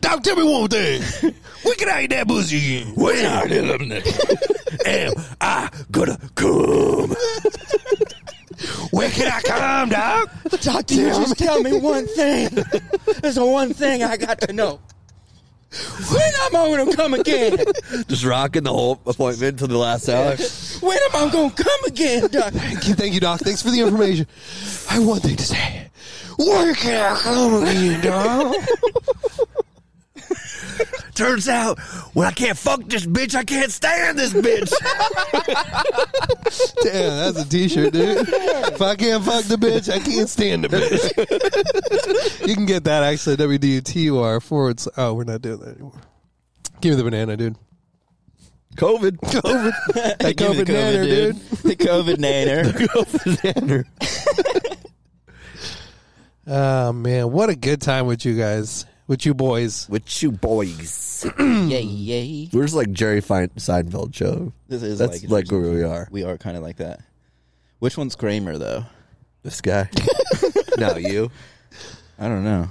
A: Doc, tell me one thing. When can I eat that pussy again? When I eat them that- Am I gonna come? When can I come, Doc?
D: Doctor, you just tell me one thing. There's the one thing I got to know. When am I gonna come again?
A: Just rocking the whole appointment to the last hour.
D: When am I gonna come again, Doctor?
B: Thank you, thank you, doc. Thanks for the information. I have one thing to say. Where can I come to you, doc?
A: Turns out, when I can't fuck this bitch, I can't stand this bitch.
B: Damn, that's a t-shirt, dude. If I can't fuck the bitch, I can't stand the bitch. you can get that actually at WDUTUR forwards. Oh, we're not doing that anymore. Give me the banana, dude.
A: COVID.
B: COVID. That
C: Give me the
B: COVID banana, dude.
C: The COVID nanner.
B: Oh man, what a good time with you guys, with you boys.
A: With you boys.
C: yay, yay.
A: We're just like Jerry Fein- Seinfeld show.
C: This is
A: That's
C: like,
A: like, where we are.
C: we are kind of like that. Which one's Kramer though?
A: This guy. now you.
C: I don't know.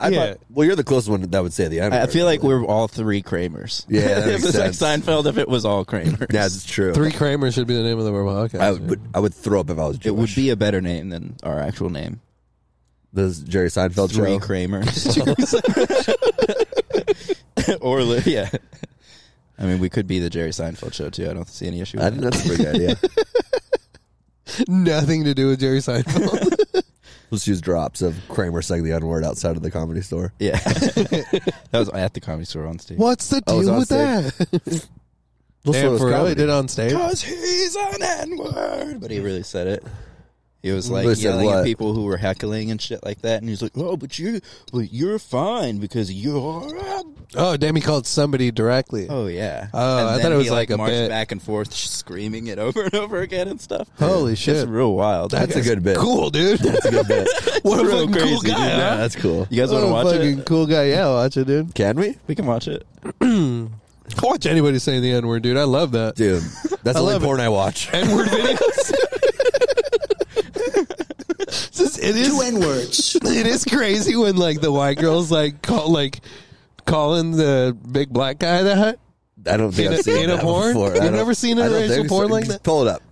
A: I
B: Yeah.
A: thought, well, you're the closest one that would say the N
C: I, I
A: word.
C: feel like we're all three Kramers.
A: Yeah, that
C: if
A: makes
C: it's like
A: sense.
C: Seinfeld, if it was all Kramer,
A: That's true.
B: Three Kramers should be the name of the podcast.
A: I would, I would throw up if I was
C: it
A: Jewish.
C: would be a better name than our actual name.
A: the Jerry Seinfeld
C: Three
A: show.
C: Kramers. or li- yeah. I mean, we could be the Jerry Seinfeld show too. I don't see any issue.
A: I
C: With
A: think
C: that.
A: that's a pretty good idea.
B: Nothing to do with Jerry Seinfeld.
A: Let's use drops of Kramer saying the N word outside of the comedy store.
C: Yeah, that was at the comedy store on stage.
B: What's the
A: Oh, it's
B: deal
A: on
B: with
A: stage.
B: that?
A: Let's throw
B: Damn, for
A: this
B: real, he
A: comedy.
B: did it on stage.
C: Cause he's an N word, but he really said it. He was like
F: Listen,
C: yelling
F: what?
C: at people who were heckling and shit like that, and he's like, "Oh, but you, well, you're fine because you're." a-"
B: Oh, damn! He called somebody directly.
C: Oh yeah.
B: Oh,
C: And
B: I
C: then
B: thought it was
C: he,
B: like, a
C: marched
B: bit.
C: back and forth, screaming it over and over again and stuff.
B: Holy shit!
C: It's real wild.
A: That's a good bit.
B: Cool, dude. That's
A: a good bit.
B: what a
C: real
B: fucking
C: crazy,
B: cool
C: dude.
B: guy.
C: Yeah,
B: huh?
A: that's cool.
C: You guys
B: What
C: want to
B: a
C: watch
B: fucking
C: it?
B: Cool guy. Yeah, I'll watch it, dude.
A: Can we?
C: We can watch it.
B: I'll watch anybody say the N word, dude. I love that.
A: Dude, that's the
B: I
A: only
B: love it.
A: porn I watch.
B: N word videos. It's just- it is
K: N words.
B: it is crazy when like the white girls like call like calling the big black guy that.
A: I don't think
B: In a-
A: I've seen
B: in a
A: that
B: porn?
A: before. I
B: You've
A: don't-
B: never seen
A: I
B: a
A: don't
B: racial
A: think so.
B: porn like
A: Just
B: that?
A: Pull it up.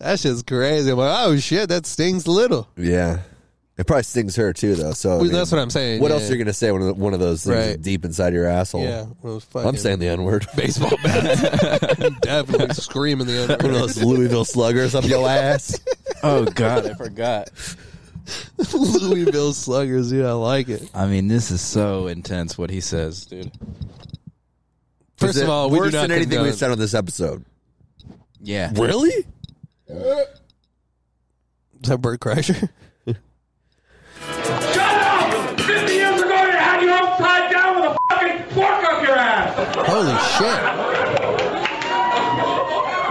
B: That shit's crazy. I'm like, oh shit, that stings little.
A: Yeah. It probably stings her too, though. So I
B: Well, that's what I'm saying,
A: What
B: yeah.
A: else are you gonna say? One of the, one of those things
B: Right.
A: deep inside your asshole.
B: Yeah, one of those
A: I'm
B: fucking-
A: saying the N word.
B: Baseball bat. I'm definitely screaming the N
A: one of those Louisville sluggers up your ass.
C: Oh God, I forgot.
B: Louisville Sluggers, dude. I like it.
C: I mean, this is so intense what he says, dude.
B: First
A: Is it
B: of all, we
A: worse
B: do not
A: than anything
B: condone-
A: we've said on this episode.
C: Yeah.
A: Really?
B: Is that Bert Kreischer?
E: Fifty years ago, you had you upside down with a fucking fork up your ass.
B: Holy shit.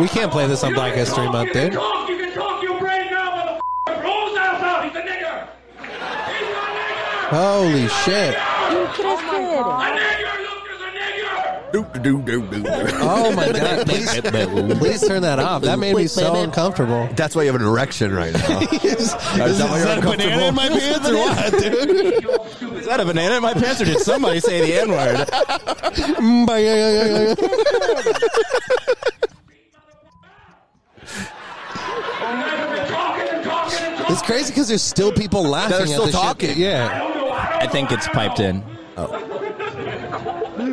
B: We can't play this on Black History Month,
E: You can
B: dude.
E: talk, you can talk your brain now, motherfucker. Rolls ass out. He's a nigger.
B: Holy shit.
O: You just
B: Oh my god. Please, please turn that off. That made me so uncomfortable.
A: That's why you have an erection right now.
B: is,
A: is that why you're
B: that a banana in my pants or what, dude?
C: Is that a banana in my pants, or did somebody say the N word?
B: Mm, bah, yeah, yeah, yeah, yeah. It's crazy because there's still people laughing.
C: They're
B: at
C: still
B: the shit.
C: talking.
B: Yeah.
C: I think it's piped in.
K: You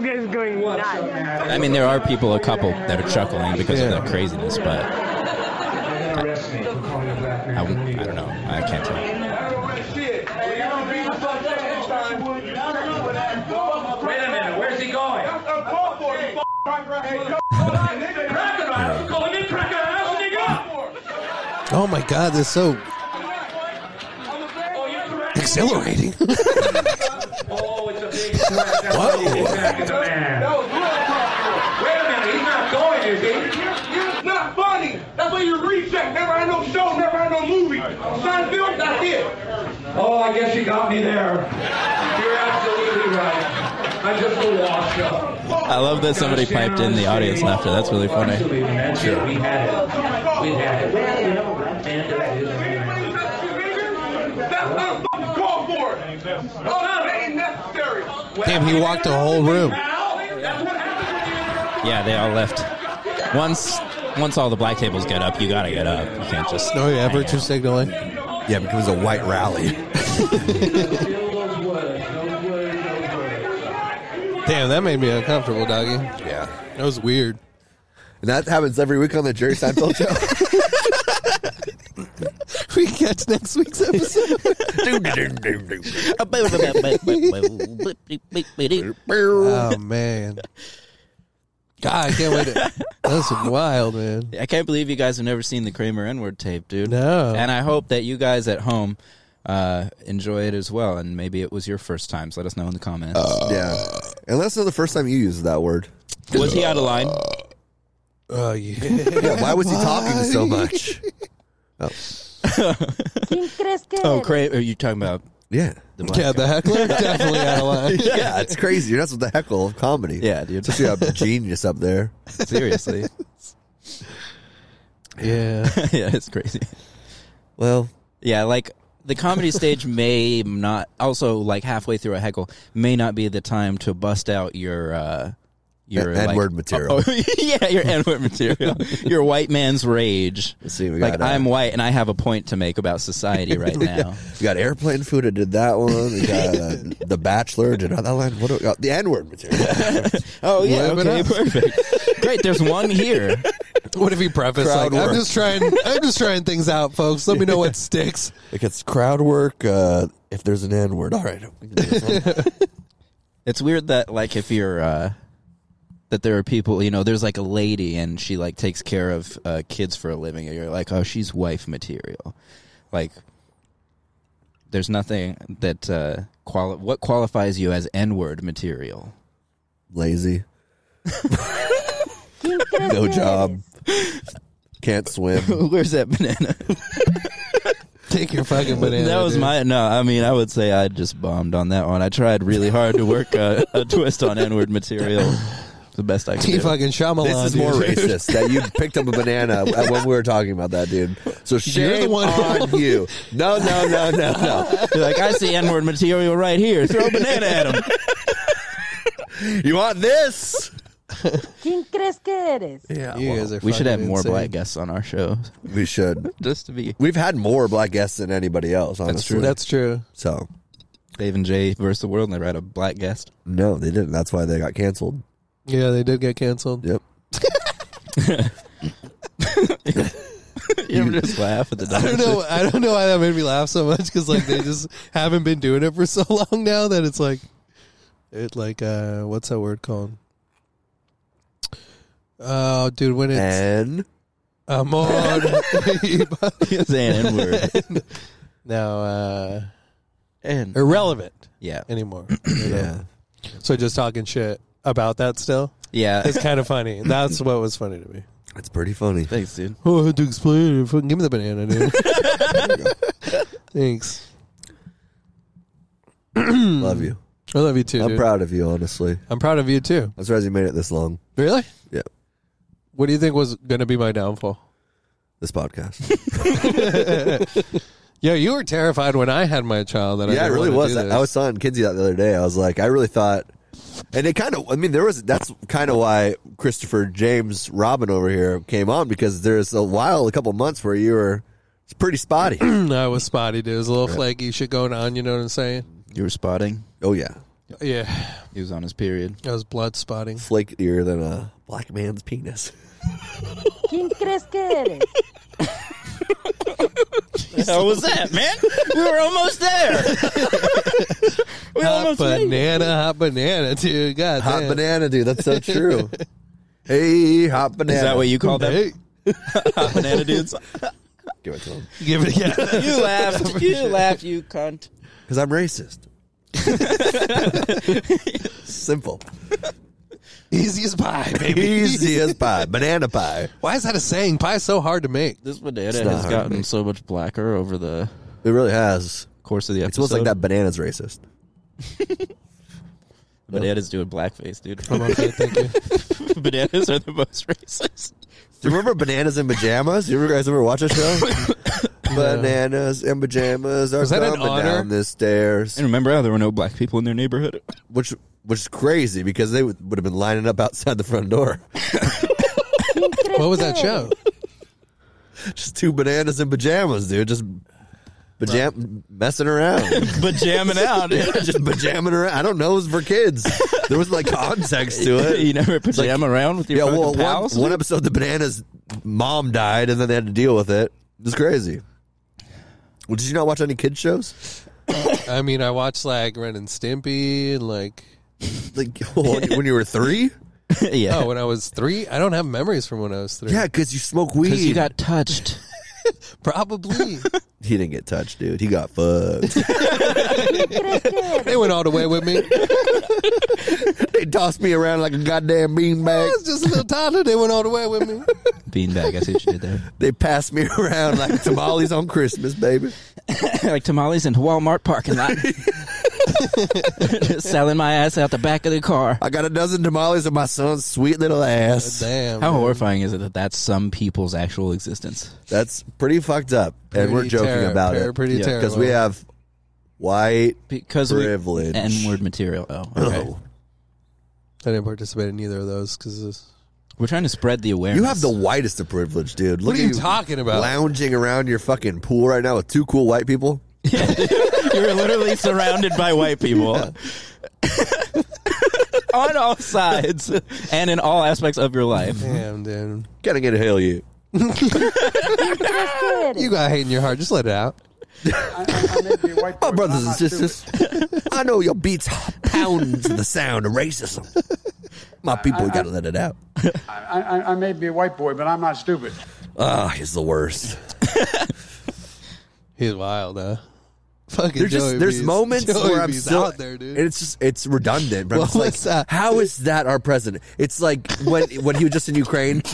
K: guys going
C: I mean, there are people, a couple, that are chuckling because
B: Yeah.
C: of the craziness, but I, I don't know. I can't tell.
E: Wait a minute, where's he going?
B: Oh my god, that's so exhilarating.
E: Oh, Not funny. That's why you're reject. Never had no show. Never had no movie. Seinfeld, that's it. Oh, I guess you got me there. You're absolutely right. I just uh, a wash up.
C: I love that somebody piped in the audience laughter. That's really funny.
E: We had it. We had it. That's not fucking call for it. Oh, that ain't necessary.
B: Damn, he walked a whole room.
C: Yeah, they all left. Once, once all the black tables get up, you gotta get up. You can't just.
B: Oh yeah, virtue signaling.
A: Yeah, it becomes a white rally.
B: Damn, that made me uncomfortable, doggy.
A: Yeah.
B: That was weird.
A: And that happens every week on the Jerry Seinfeld show.
B: We catch next week's episode. oh man. God, I can't wait to That's wild, man.
C: I can't believe you guys have never seen the Kramer N word tape, dude.
B: No.
C: And I hope that you guys at home uh, enjoy it as well. And maybe it was your first times. let us know in the comments.
A: yeah.
B: Uh.
A: And let us know the first time you used that word.
C: was he out of line?
B: Oh yeah.
A: Yeah, why was he talking so much?
C: Oh, Kramer, are you talking about
A: Yeah.
C: the black
B: Yeah, the heckler definitely out of line.
A: Yeah, it's crazy. That's what the heckle of comedy.
C: Yeah, dude.
A: Especially a genius up there.
C: guy? Seriously.
B: Yeah.
C: yeah, it's crazy.
A: Well,
C: Yeah, like the comedy stage may not also like halfway through a heckle may not be the time to bust out your uh your
A: E-, N-
C: like-
A: N-word material.
C: Oh, yeah, your N word material. your white man's rage.
A: Let's see, we
C: like
A: got, uh,
C: I'm white and I have a point to make about society right now.
A: we got airplane food. I did that one. We got uh, The Bachelor. Did not that line. What do we got? The N word material.
C: oh yeah,
B: Live it
C: okay,
B: up.
C: perfect. Great, there's one here.
B: What if you preface
A: Crowd
B: like I'm
A: work.
B: just trying I'm just trying things out, folks. Let me know what sticks.
A: It gets crowd work. Uh, if there's an N word, all right. we can do this one.
C: It's weird that like if you're uh that there are people, you know, there's like a lady and she like takes care of uh, kids for a living, and you're like, oh, she's wife material. Like, there's nothing that uh, quali- what qualifies you as N-word material.
A: Lazy. no job. Can't swim.
C: Where's that banana?
B: Take your fucking banana.
C: that was
B: dude.
C: my no. I mean, I would say I just bombed on that one. I tried really hard to work a, a twist on N-word material. The best I could.
B: He
C: do.
B: fucking Shyamalan.
A: This is
B: dude.
A: more racist that you picked up a banana when we were talking about that, dude. So shame
C: the one-
A: on you. No, no, no, no, no.
C: You're like, I see N-word material right here. Throw a banana at him.
A: You want this?
K: ¿Quién crees que eres?
B: Yeah,
A: You guys are
C: we should have
A: fucking
C: more
A: insane.
C: black guests on our show.
A: We should.
C: Just to be.
A: We've had more black guests than anybody else. Honestly.
C: true. That's
B: true.
A: So
C: Dave and Jay versus the world, and they had a black guest.
A: no, they didn't. That's why they got canceled.
B: Yeah, they did get canceled.
A: Yep.
C: You ever just laugh at the
B: I don't know. I don't know why that made me laugh so much because like they just haven't been doing it for so long now that it's like, it like uh, what's that word called? Oh, dude, when it's
C: Eh.
A: and
B: amor,
C: It's an N-word.
B: now uh,
C: and
B: Er, irrelevant,
C: Yeah.
B: anymore. yeah, so just talking shit about that still.
C: Yeah.
B: it's kind of funny. That's what was funny to me.
A: It's pretty funny.
C: Thanks, dude.
B: Oh, I had to explain it. Fucking give me the banana, dude. Thanks.
A: Love you.
B: I love you too.
A: I'm
B: dude.
A: proud of you. Honestly,
B: I'm proud of you too.
A: I'm surprised you made it this long.
B: Really?
A: Yeah.
B: What do you think was going to be my downfall?
A: This podcast.
B: Yeah, you were terrified when I had my child. That I
A: yeah, it
B: didn't
A: really
B: wanna
A: was.
B: do this.
A: I was telling Kinsey that the other day. I was like, I really thought, and it kind of. I mean, there was. That's kind of why Christopher James Robin over here came on because there's a while, a couple months where you were it's pretty spotty.
B: I was spotty, dude. It was a little flaky shit going on. You know what I'm saying?
C: You were spotting.
A: oh yeah,
B: Yeah,
C: He was on his period.
B: I was blood spotting.
A: flakier than a black man's penis.
K: ¿Quién crees que eres?
C: How was that, man? We were almost there. we
B: Hot banana, hot banana, dude. God
A: Hot
B: damn.
A: banana, dude. That's so true. hey, hot banana.
C: Is that what you called that?
B: Hey,
C: Hot banana dudes.
A: Give it to him
B: give it yeah.
C: You laughed. You laughed. You cunt.
A: because I'm racist. Simple,
B: Easy as pie, baby.
A: easy as pie, banana pie.
B: Why is that a saying? Pie's so hard to make.
C: This banana
A: not
C: has
A: hard,
C: gotten so much blacker over the
A: It really has.
C: course of the
A: It
C: episode.
A: smells like that banana's racist.
C: Bananas doing blackface, dude.
B: I'm okay, thank you.
C: Bananas are the most racist.
A: Do you remember Bananas in Pajamas? You guys ever watch a show? Bananas in pajamas are
B: Was that an
A: coming
B: honor?
A: down the stairs,
C: And remember how there were no black people in their neighborhood?
A: which which is crazy because they would, would have been lining up outside the front door.
K: ¿Quién crees
B: What was
K: que
B: that
K: eres?
B: show?
A: Just two bananas in pajamas, dude, just pajam- messing around,
C: But jamming out.
A: just pajamming around. I don't know, it was for kids. There was like context to it.
C: you never pajama around with your
A: yeah,
C: fucking
A: well, one,
C: pals?
A: one episode the bananas mom died, and then they had to deal with it. It was crazy. Well, did you not watch any kids shows?
B: I mean, I watched like Ren and Stimpy and like
A: Like when when you were three?
C: yeah.
B: oh, when I was three. I don't have memories from when I was three.
A: Yeah, because you smoke weed.
C: you got touched.
B: probably.
A: he didn't get touched, dude. He got fucked.
B: they went all the way with me.
A: they tossed me around like a goddamn beanbag.
B: I was just a little toddler. They went all the way with me.
C: Beanbag, I see what you did there.
A: They passed me around like tamales on Christmas, baby.
C: like tamales in Walmart parking lot. Just selling my ass out the back of the car.
A: I got a dozen tamales of my son's sweet little ass.
B: Damn.
C: How
B: man.
C: horrifying is it that that's some people's actual existence?
A: That's pretty fucked up, and we're
B: Pretty
A: joking
B: terri-
A: about
B: ter-
A: it
B: pretty
C: Yeah.
A: because we have white.
C: Because
A: Privilege.
C: we N-word material. Oh, okay.
A: Oh.
B: I didn't participate in either of those because
C: We're trying to spread the awareness.
A: You have the whitest of privilege, dude. Look
B: What are
A: at
B: you talking about?
A: Lounging around your fucking pool right now with two cool white people.
C: You're literally surrounded by white people. On all sides and in all aspects of your life.
B: damn, dude,
A: Gotta get a hell you.
K: ¿Crees que eres?
B: you got hate in your heart. Just let it out.
G: I, I, I may be a white boy,
A: My
G: but
A: brothers
G: I'm
A: and
G: not
A: sisters, I know your beats pounds the sound of racism. My people
E: I- I-
A: gotta let it out.
E: I, I, I may be a white boy, but I'm not stupid.
A: Ah, he's the worst.
B: he's wild, huh? Fucking
A: there's
B: Joey
A: just there's
B: B's-
A: moments
B: Joey
A: where I'm
B: B's
A: still
B: out there, dude.
A: and it's just it's redundant. But I'm
B: What
A: just like,
B: was that?
A: how is that our president? It's like when when he was just in Ukraine.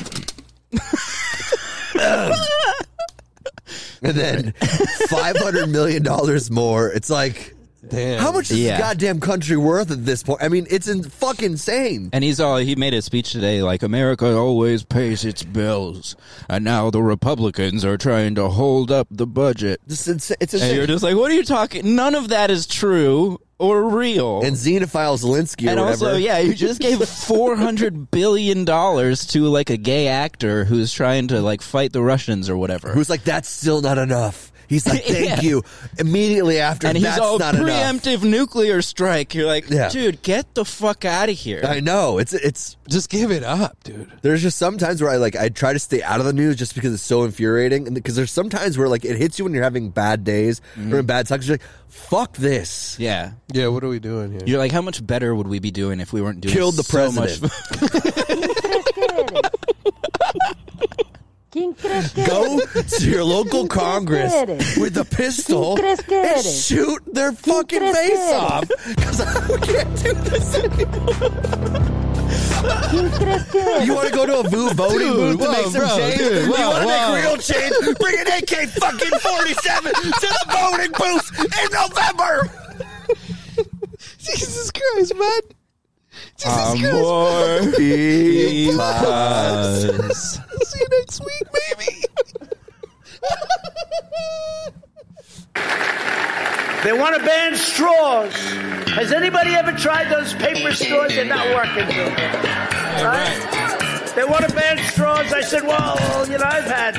A: and then five hundred million dollars more. It's like,
B: damn,
A: how much is
C: Yeah.
A: this goddamn country worth at this point? I mean, it's in, fucking insane.
C: And he's all he made a speech today like America always pays its bills, and now the Republicans are trying to hold up the budget.
A: It's insane. It's
C: and
A: insane.
C: you're just like, what are you talking? None of that is true or real.
A: and xenophile Zelensky or
C: and
A: whatever.
C: also, yeah, you just gave four hundred billion dollars to like a gay actor who's trying to like fight the Russians or whatever.
A: who's like, that's still not enough. He's like, thank
C: Yeah.
A: you. Immediately after,
C: and he's
A: that's
C: all
A: not enough.
C: preemptive nuclear strike. You're like,
A: Yeah.
C: dude, get the fuck out of here.
A: I know. It's it's
B: just give it up, dude.
A: There's just sometimes where I like I try to stay out of the news just because it's so infuriating, and because there's sometimes where like it hits you when you're having bad days or in bad times. You're like, fuck this.
C: yeah.
B: Yeah, what are we doing here?
C: You're like, how much better would we be doing if we weren't doing
A: Killed the
C: so much-
A: president.
K: ¿Quién crees que
A: Go
K: eres?
A: to your local Congress
K: eres?
A: with a pistol
K: crees que
A: and
K: eres?
A: shoot their fucking
K: crees que
A: face
K: eres?
A: off. Because I can't do this anymore.
K: ¿Quién crees que eres?
A: You want to go to a vo- voting booth to
C: Dude, whoa,
A: make some
C: bro,
A: change?
C: dude,
A: you
C: whoa,
A: want to
C: whoa.
A: make real change? Bring an AK fucking 47 to the voting booth in November.
B: Jesus Christ, man. Jesus
C: Amor y paz.
B: See you next week, baby.
M: They want to ban straws. Has anybody ever tried those paper straws? They're not working. All right? They want to ban straws. I said, well, you know, I've had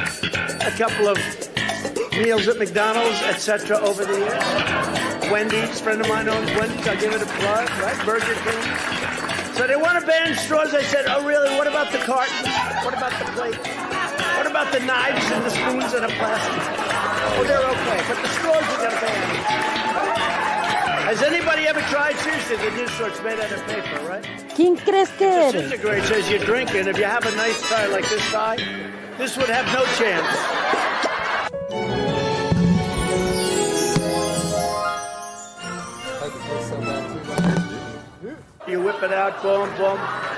M: a couple of meals at McDonald's, etc., over the years. Wendy's, friend of mine owns Wendy's. I'll give it a plug, right? Burger King. So they want to ban straws. I said, oh, really? What about the cartons? What about the plates? What about the knives and the spoons and the plastic? Oh, they're okay, but the straws are going to ban. Has anybody ever tried seriously the new sort's made out of paper, right?
K: ¿Quién crees que
M: It
K: eres?
M: disintegrates as you drink, and if you have a nice tie like this tie, this would have no chance. You whip it out, boom, boom.